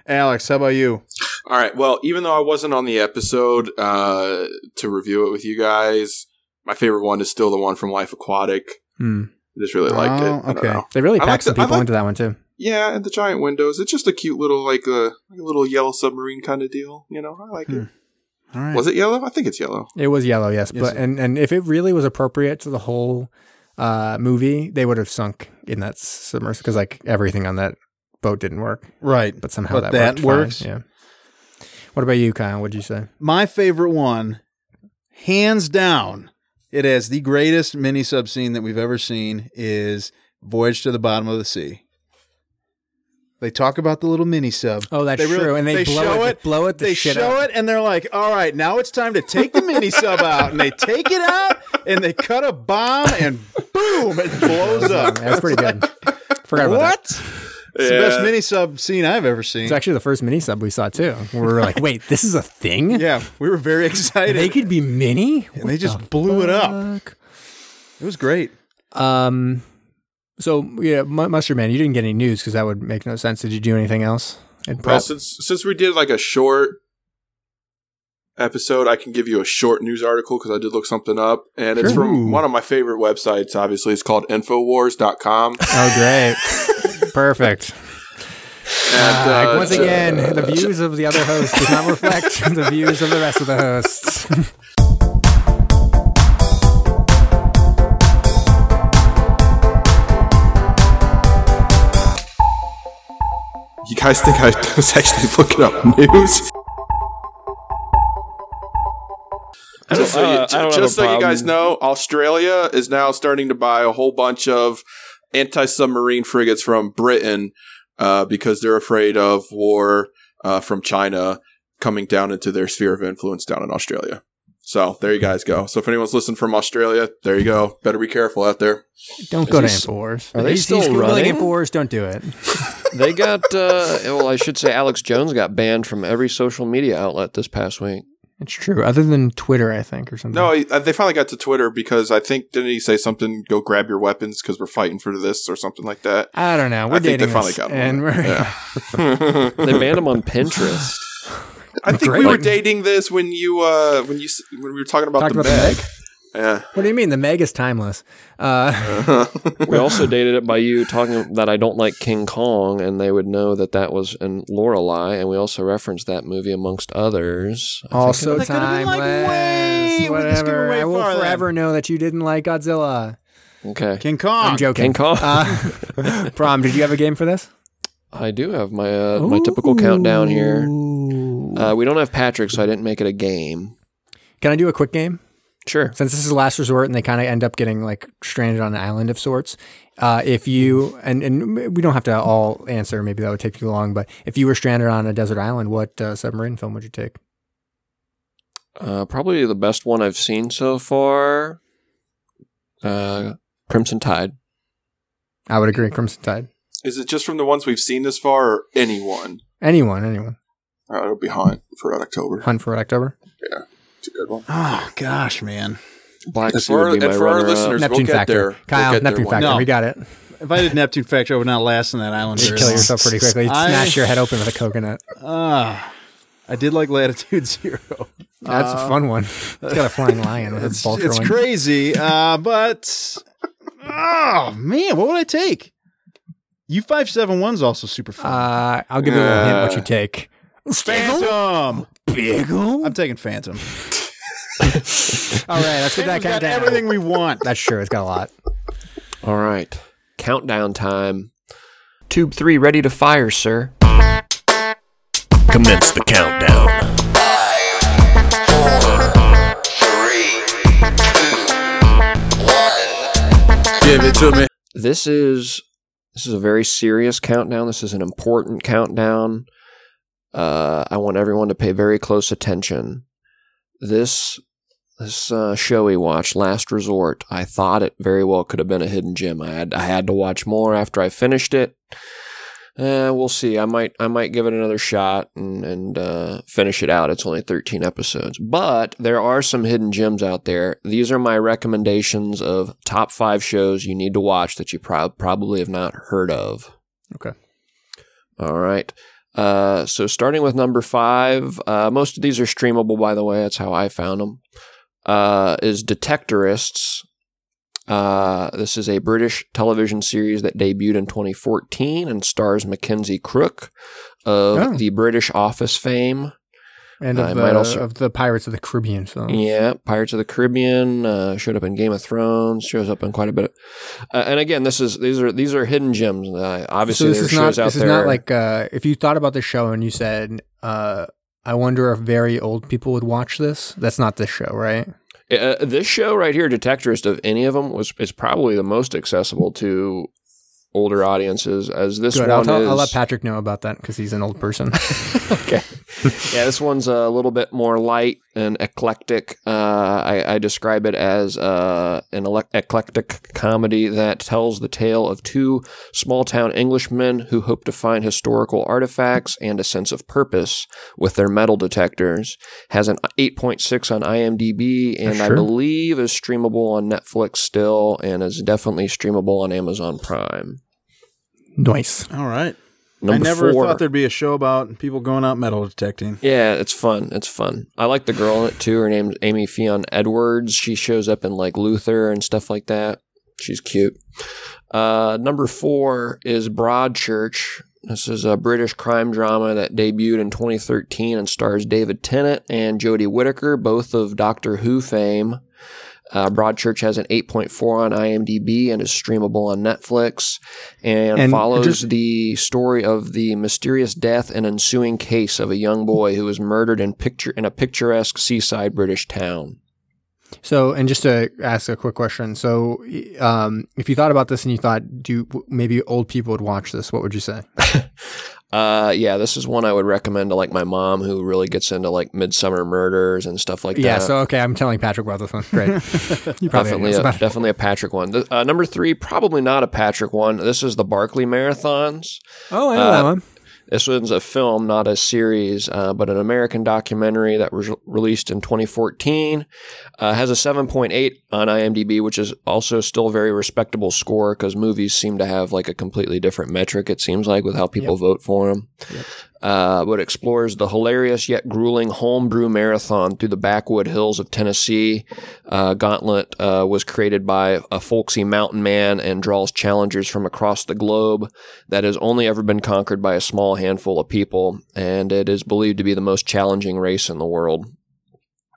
[SPEAKER 1] Alex. How about you?
[SPEAKER 4] All right. Well, even though I wasn't on the episode uh, to review it with you guys, my favorite one is still the one from Life Aquatic.
[SPEAKER 2] Hmm.
[SPEAKER 4] I just really liked it.
[SPEAKER 1] Oh,
[SPEAKER 4] I don't
[SPEAKER 1] okay.
[SPEAKER 4] know.
[SPEAKER 2] They really
[SPEAKER 4] I
[SPEAKER 2] packed
[SPEAKER 4] like
[SPEAKER 2] some
[SPEAKER 4] the- I
[SPEAKER 2] people
[SPEAKER 4] like-
[SPEAKER 2] into that one too.
[SPEAKER 4] Yeah, and the giant windows. It's just a cute little like a like a little yellow submarine kind of deal. You know, I like it.
[SPEAKER 1] All Hmm, right.
[SPEAKER 4] Was it yellow? I think it's yellow.
[SPEAKER 2] It was yellow, yes,
[SPEAKER 1] Yes,
[SPEAKER 2] but
[SPEAKER 1] it-
[SPEAKER 2] and and if it really was appropriate to the whole uh, movie, they would have sunk in that submersible because like everything on that boat didn't work,
[SPEAKER 1] right?
[SPEAKER 2] but somehow
[SPEAKER 1] But
[SPEAKER 2] that,
[SPEAKER 1] that
[SPEAKER 2] worked fine,
[SPEAKER 1] works.
[SPEAKER 2] Yeah. What about you, Kyle? What'd you say?
[SPEAKER 1] My favorite one, hands down. It has the greatest mini sub scene that we've ever seen. Is Voyage to the Bottom of the Sea. They talk about the little mini sub.
[SPEAKER 2] Oh, that's
[SPEAKER 1] They really-
[SPEAKER 2] true. And they, blow
[SPEAKER 1] show
[SPEAKER 2] it,
[SPEAKER 1] it.
[SPEAKER 2] they blow it. The
[SPEAKER 1] they
[SPEAKER 2] shit
[SPEAKER 1] show
[SPEAKER 2] out.
[SPEAKER 1] it and they're like, all right, now it's time to take the mini sub out. And they take it out and they cut a bomb and boom, it blows up.
[SPEAKER 2] That's pretty good. Forgot about that.
[SPEAKER 1] What? It's the best mini sub scene I've ever seen.
[SPEAKER 2] It's actually the first mini sub we saw too. We were like, wait, this is a thing?
[SPEAKER 1] Yeah, we were very excited.
[SPEAKER 2] They could be mini?
[SPEAKER 1] and they just blew it up. It was great.
[SPEAKER 2] Um, so yeah, M- Mustard Man, you didn't get any news because that would make no sense. Did you do anything else? in
[SPEAKER 4] Well,
[SPEAKER 2] prep?
[SPEAKER 4] since since we did like a short episode, I can give you a short news article because I did look something up, and it's
[SPEAKER 2] Sure.
[SPEAKER 4] from one of my favorite websites. Obviously, it's called Infowars.com.
[SPEAKER 2] oh, great, perfect.
[SPEAKER 4] And,
[SPEAKER 2] Uh,
[SPEAKER 4] uh,
[SPEAKER 2] once
[SPEAKER 4] it's, uh,
[SPEAKER 2] again, the views of the other host do not reflect the views of the rest of the hosts.
[SPEAKER 4] you guys think I was actually looking up news? Just so, you,
[SPEAKER 3] Uh, I don't have
[SPEAKER 4] just
[SPEAKER 3] a
[SPEAKER 4] so you guys
[SPEAKER 3] problem.
[SPEAKER 4] know, Australia is now starting to buy a whole bunch of anti submarine frigates from Britain uh, because they're afraid of war uh, from China coming down into their sphere of influence down in Australia. So there you guys go. So if anyone's listening from Australia, there you go. Better be careful out there.
[SPEAKER 2] Don't go to
[SPEAKER 3] these-
[SPEAKER 2] Infowars.
[SPEAKER 3] are they
[SPEAKER 2] He's- he's
[SPEAKER 3] still
[SPEAKER 2] Googling
[SPEAKER 3] running?
[SPEAKER 2] Infowars, don't do it.
[SPEAKER 3] They got uh, well. I should say Alex Jones got banned from every social media outlet this past week.
[SPEAKER 2] It's true. Other than Twitter, I think, or something.
[SPEAKER 4] No, he- uh, they finally got to Twitter because I think didn't he say something? Go grab your weapons because we're fighting for this or something like that.
[SPEAKER 2] I don't know. We're
[SPEAKER 4] I think they
[SPEAKER 2] dating
[SPEAKER 4] finally
[SPEAKER 2] this,
[SPEAKER 4] got one.
[SPEAKER 2] and we're
[SPEAKER 3] They banned him on Pinterest.
[SPEAKER 4] I think
[SPEAKER 2] Great.
[SPEAKER 4] we were dating this when you uh when you s- when we were talking about
[SPEAKER 2] Talked
[SPEAKER 4] the
[SPEAKER 2] about the
[SPEAKER 4] Meg.
[SPEAKER 2] Meg?
[SPEAKER 4] Yeah.
[SPEAKER 2] What do you mean? The Meg is timeless. Uh,
[SPEAKER 3] We also dated it by you talking that I don't like King Kong, and they would know that that was in Lorelei, and we also referenced that movie amongst others.
[SPEAKER 2] also
[SPEAKER 1] That could've been,
[SPEAKER 2] timeless.
[SPEAKER 1] like, way- we just gave
[SPEAKER 2] whatever.
[SPEAKER 1] away
[SPEAKER 2] I will
[SPEAKER 1] far then.
[SPEAKER 2] forever know that you didn't like Godzilla.
[SPEAKER 3] Okay,
[SPEAKER 1] King Kong.
[SPEAKER 4] Ah,
[SPEAKER 2] I'm joking.
[SPEAKER 3] King Kong.
[SPEAKER 2] Uh, Prom, did you have a game for this?
[SPEAKER 3] I do have my uh, my typical countdown here.
[SPEAKER 2] Ooh.
[SPEAKER 3] Uh, we don't have Patrick, so I didn't make it a game.
[SPEAKER 2] Can I do a quick game?
[SPEAKER 3] Sure.
[SPEAKER 2] Since this is last resort, and they kind of end up getting like stranded on an island of sorts. Uh, if you and and we don't have to all answer, maybe that would take too long. But if you were stranded on a desert island, what uh, submarine film would you take?
[SPEAKER 3] Uh, probably the best one I've seen so far. Uh, Crimson Tide.
[SPEAKER 2] I would agree, Crimson Tide.
[SPEAKER 4] Is it just from the ones we've seen this far, or anyone?
[SPEAKER 2] Anyone, anyone.
[SPEAKER 4] Uh, it'll be Hunt for Red October.
[SPEAKER 2] Hunt for Red October.
[SPEAKER 4] It's a good one.
[SPEAKER 1] Oh gosh, man!
[SPEAKER 3] Black
[SPEAKER 4] And
[SPEAKER 3] Sea
[SPEAKER 4] for,
[SPEAKER 3] would be
[SPEAKER 4] and
[SPEAKER 3] my
[SPEAKER 4] for our
[SPEAKER 3] runner
[SPEAKER 4] listeners,
[SPEAKER 3] up.
[SPEAKER 4] we'll
[SPEAKER 2] Neptune
[SPEAKER 4] get
[SPEAKER 2] Factor.
[SPEAKER 4] there.
[SPEAKER 2] Kyle,
[SPEAKER 4] we'll get there
[SPEAKER 2] Neptune
[SPEAKER 4] one
[SPEAKER 2] Factor.
[SPEAKER 1] No.
[SPEAKER 2] We got it.
[SPEAKER 1] If I did Neptune Factor, I would not last on that island.
[SPEAKER 2] You
[SPEAKER 1] very
[SPEAKER 2] kill
[SPEAKER 1] long.
[SPEAKER 2] yourself pretty quickly. You'd
[SPEAKER 1] I-
[SPEAKER 2] smash your head open with a coconut.
[SPEAKER 1] Ah, I did like Latitude Zero.
[SPEAKER 2] That's a fun one. It's got a flying lion with a
[SPEAKER 1] It's,
[SPEAKER 2] ball
[SPEAKER 1] it's
[SPEAKER 2] throwing.
[SPEAKER 1] crazy, uh, but oh man, what would I take? U five seven one's also super fun.
[SPEAKER 2] Uh, I'll give you a little hint what you take.
[SPEAKER 1] Phantom.
[SPEAKER 2] Beagle?
[SPEAKER 1] I'm taking Phantom.
[SPEAKER 2] All right, let's
[SPEAKER 1] Phantom's
[SPEAKER 2] get that
[SPEAKER 1] got
[SPEAKER 2] countdown.
[SPEAKER 1] everything we want.
[SPEAKER 2] That's sure. It's got a lot.
[SPEAKER 3] All right. Countdown time. Tube three ready to fire, sir.
[SPEAKER 7] Commence the countdown.
[SPEAKER 4] Give it to me.
[SPEAKER 3] this is this is a very serious countdown. This is an important countdown. Uh, I want everyone to pay very close attention. This this uh, show we watched, Last Resort, I thought it very well could have been a hidden gem. I had I had to watch more after I finished it. Uh, we'll see. I might I might give it another shot and and uh, finish it out. It's only thirteen episodes, but there are some hidden gems out there. These are my recommendations of top five shows you need to watch that you prob- probably have not heard of.
[SPEAKER 2] Okay.
[SPEAKER 3] All right. Uh, so starting with number five, uh, most of these are streamable, by the way. That's how I found them. Uh, is Detectorists. Uh, this is a British television series that debuted in 2014 and stars Mackenzie Crook of
[SPEAKER 2] Oh.
[SPEAKER 3] the British Office fame.
[SPEAKER 2] And
[SPEAKER 3] I
[SPEAKER 2] of,
[SPEAKER 3] Uh, might
[SPEAKER 2] the,
[SPEAKER 3] also-
[SPEAKER 2] of the Pirates of the Caribbean film.
[SPEAKER 3] Yeah, Pirates of the Caribbean uh, showed up in Game of Thrones. Shows up in quite a bit. Of, uh, and again, this is these are these are hidden gems. Uh, obviously,
[SPEAKER 2] so this
[SPEAKER 3] there are
[SPEAKER 2] is
[SPEAKER 3] shows
[SPEAKER 2] not
[SPEAKER 3] out
[SPEAKER 2] this is
[SPEAKER 3] there.
[SPEAKER 2] not like uh, if you thought about the show and you said, uh, "I wonder if very old people would watch this." That's not this show, right?
[SPEAKER 3] Uh, this show right here, Detectorist, of any of them, was is probably the most accessible to older audiences. As this
[SPEAKER 2] Good.
[SPEAKER 3] one
[SPEAKER 2] I'll, tell,
[SPEAKER 3] is,
[SPEAKER 2] I'll let Patrick know about that because he's an old person.
[SPEAKER 3] yeah, this one's a little bit more light and eclectic. Uh, I, I describe it as uh, an elec eclectic comedy that tells the tale of two small town Englishmen who hope to find historical artifacts and a sense of purpose with their metal detectors. Has an 8.6 on IMDb, and I
[SPEAKER 2] Sure.
[SPEAKER 3] believe is streamable on Netflix still, and is definitely streamable on Amazon Prime.
[SPEAKER 2] nice.
[SPEAKER 1] All right.
[SPEAKER 3] Number
[SPEAKER 1] I never
[SPEAKER 3] four.
[SPEAKER 1] thought there'd be a show about people going out metal detecting.
[SPEAKER 3] Yeah, it's fun. It's fun. I like the girl in it too. Her name's Amy Fionn Edwards. She shows up in like Luther and stuff like that. She's cute. Uh, number four is Broadchurch. This is a British crime drama that debuted in 2013 and stars David Tennant and Jodie Whittaker, both of Doctor Who fame. Uh, Broadchurch has an 8.4 on IMDb and is streamable on Netflix and,
[SPEAKER 2] And
[SPEAKER 3] follows
[SPEAKER 2] just-
[SPEAKER 3] the story of the mysterious death and ensuing case of a young boy who was murdered in picture in a picturesque seaside British town.
[SPEAKER 2] So, and just to ask a quick question, so um, if you thought about this and you thought, do maybe old people would watch this? What would you say?
[SPEAKER 3] Uh, yeah, this is one I would recommend to like my mom who really gets into like midsummer murders and stuff like
[SPEAKER 2] yeah.
[SPEAKER 3] that.
[SPEAKER 2] So, okay, I'm telling Patrick about this one. Great. you probably already
[SPEAKER 3] Definitely,
[SPEAKER 2] knows
[SPEAKER 3] a,
[SPEAKER 2] about it.
[SPEAKER 3] definitely a Patrick one. Th- uh, number three, probably not a Patrick one. This is the Barkley Marathons.
[SPEAKER 2] Oh, I know
[SPEAKER 3] uh,
[SPEAKER 2] that one.
[SPEAKER 3] This one's a film, not a series, uh, but an American documentary that was released in 2014. Uh, has a 7.8 on IMDb, which is also still a very respectable score because movies seem to have like a completely different metric, it seems like, with how people vote for them. Uh, but explores the hilarious yet grueling homebrew marathon through the backwood hills of Tennessee. Uh, Gauntlet uh, was created by a folksy mountain man and draws challengers from across the globe that has only ever been conquered by a small handful of people, and it is believed to be the most challenging race in the world.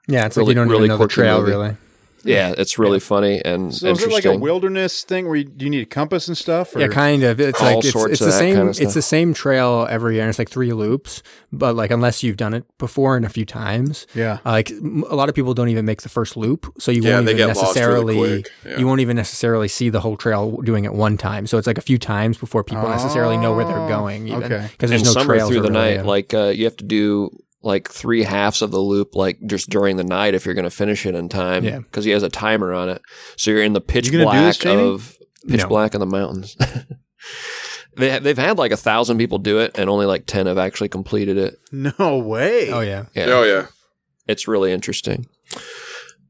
[SPEAKER 2] Yeah, it's like
[SPEAKER 3] really-
[SPEAKER 2] you don't
[SPEAKER 3] really
[SPEAKER 2] even know the
[SPEAKER 3] quirky
[SPEAKER 2] trail,
[SPEAKER 3] movie.
[SPEAKER 2] really.
[SPEAKER 3] Yeah, it's really funny and
[SPEAKER 1] So is it
[SPEAKER 3] interesting.
[SPEAKER 1] like a wilderness thing where you, do you need a compass and stuff? Or?
[SPEAKER 2] Yeah, kind of. It's
[SPEAKER 3] All
[SPEAKER 2] like it's,
[SPEAKER 3] sorts
[SPEAKER 2] it's
[SPEAKER 3] of
[SPEAKER 2] the
[SPEAKER 3] that
[SPEAKER 2] same.
[SPEAKER 3] kinda stuff.
[SPEAKER 2] it's the same trail every year. And it's like three loops, but like unless you've done it before and a few times,
[SPEAKER 1] Yeah.
[SPEAKER 2] uh, like m- a lot of people don't even make the first loop, so you
[SPEAKER 4] Yeah,
[SPEAKER 2] won't
[SPEAKER 4] they
[SPEAKER 2] even
[SPEAKER 4] get lost
[SPEAKER 2] necessarily
[SPEAKER 4] really quick. Yeah.
[SPEAKER 2] you won't even necessarily see the whole trail doing it one time. So it's like a few times before people necessarily know where they're going, even
[SPEAKER 1] okay.
[SPEAKER 2] because there's
[SPEAKER 3] Ah, and
[SPEAKER 2] no
[SPEAKER 3] some are
[SPEAKER 2] trails
[SPEAKER 3] through
[SPEAKER 2] or
[SPEAKER 3] the
[SPEAKER 2] really a-
[SPEAKER 3] night. Like uh, you have to do like three halves of the loop, like just during the night if you're going to finish it in time.
[SPEAKER 2] Yeah.
[SPEAKER 3] because he has a timer on it. So you're in the pitch
[SPEAKER 1] You gonna do this,
[SPEAKER 3] black
[SPEAKER 1] Jamie?
[SPEAKER 3] of pitch
[SPEAKER 2] No.
[SPEAKER 3] black in the mountains. They they've had like a thousand people do it, and only like ten have actually completed it.
[SPEAKER 1] No way.
[SPEAKER 2] Oh yeah.
[SPEAKER 3] Yeah,
[SPEAKER 4] Oh yeah.
[SPEAKER 3] it's really interesting.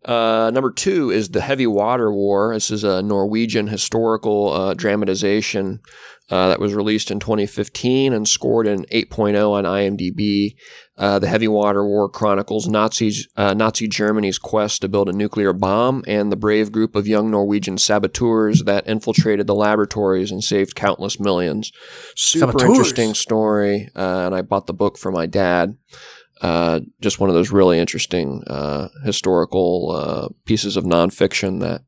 [SPEAKER 3] Uh, number two is the Heavy Water War. This is a Norwegian historical uh, dramatization uh, that was released in 2015 and scored an 8.0 on IMDb. Uh, the Heavy Water War chronicles Nazis, uh, Nazi Germany's quest to build a nuclear bomb and the brave group of young Norwegian saboteurs that infiltrated the laboratories and saved countless millions. Super
[SPEAKER 2] Saboteurs.
[SPEAKER 3] interesting story, uh, and I bought the book for my dad. Uh, just one of those really interesting uh, historical uh, pieces of nonfiction that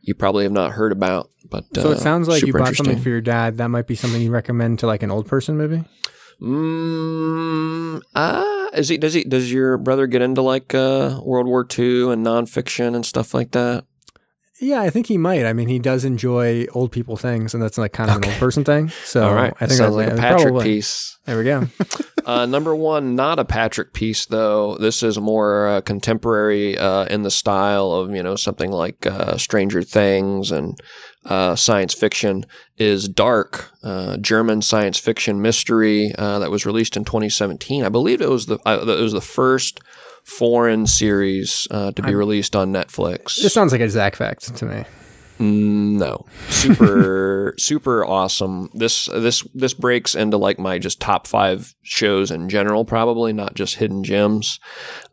[SPEAKER 3] you probably have not heard about. But
[SPEAKER 2] So
[SPEAKER 3] uh,
[SPEAKER 2] it sounds like you
[SPEAKER 3] super
[SPEAKER 2] bought something
[SPEAKER 3] interesting.
[SPEAKER 2] for your dad. That might be something you recommend to like an old person, maybe.
[SPEAKER 3] Mm, uh, is he? Does he? Does your brother get into like uh, World War II and nonfiction and stuff like that?
[SPEAKER 2] Yeah, I think he might. I mean, he does enjoy old people things, and that's like kind of an old person thing. So
[SPEAKER 3] All right,
[SPEAKER 2] I think
[SPEAKER 3] sounds
[SPEAKER 2] that's
[SPEAKER 3] like a Patrick piece.
[SPEAKER 2] There we go.
[SPEAKER 3] Uh, number one, not a Patrick piece though. This is more uh, contemporary uh, in the style of you know something like uh, Stranger Things and uh, science fiction. Is Dark, uh, German science fiction mystery uh, that was released in 2017. I believe it was the uh, it was the first foreign series uh, to be released on Netflix.
[SPEAKER 2] this sounds like a Zach fact to me.
[SPEAKER 3] Mm, No, super super awesome. This this this breaks into like my just top five shows in general, probably not just hidden gems.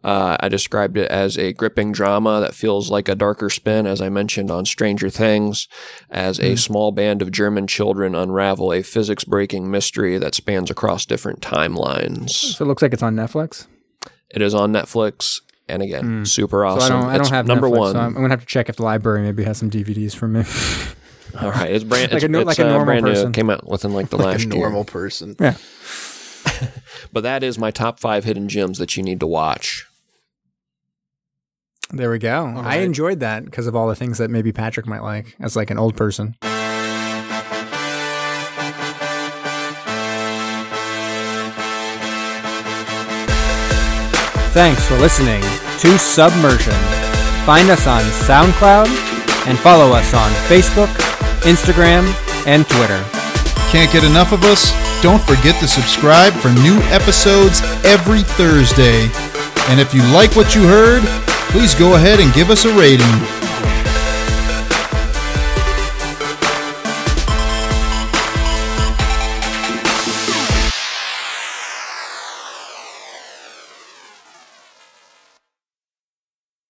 [SPEAKER 3] Uh, I described it as a gripping drama that feels like a darker spin, as I mentioned on Stranger Things, as
[SPEAKER 2] Mm.
[SPEAKER 3] a small band of German children unravel a physics breaking mystery that spans across different timelines.
[SPEAKER 2] So it looks like it's on Netflix.
[SPEAKER 3] It is on Netflix, and again, super
[SPEAKER 2] Mm. So I
[SPEAKER 3] awesome.
[SPEAKER 2] don't. I
[SPEAKER 3] It's
[SPEAKER 2] don't have
[SPEAKER 3] number
[SPEAKER 2] Netflix,
[SPEAKER 3] one.
[SPEAKER 2] So I'm, I'm gonna have to check if the library maybe has some DVDs for me.
[SPEAKER 3] All right, it's brand
[SPEAKER 2] Like a
[SPEAKER 3] it's,
[SPEAKER 2] no-
[SPEAKER 3] it's,
[SPEAKER 2] like a
[SPEAKER 3] uh,
[SPEAKER 2] normal
[SPEAKER 3] brand new.
[SPEAKER 2] person.
[SPEAKER 3] It Came out within like the last
[SPEAKER 1] a
[SPEAKER 3] year.
[SPEAKER 1] normal person.
[SPEAKER 2] yeah.
[SPEAKER 3] But that is my top five hidden gems that you need to watch.
[SPEAKER 2] There we go. I enjoyed that because of all the things that maybe Patrick might like as like an old person. Thanks for listening to Submersion. Find us on SoundCloud and follow us on Facebook, Instagram, and Twitter.
[SPEAKER 1] Can't get enough of us? Don't forget to subscribe for new episodes every Thursday. And if you like what you heard, please go ahead and give us a rating.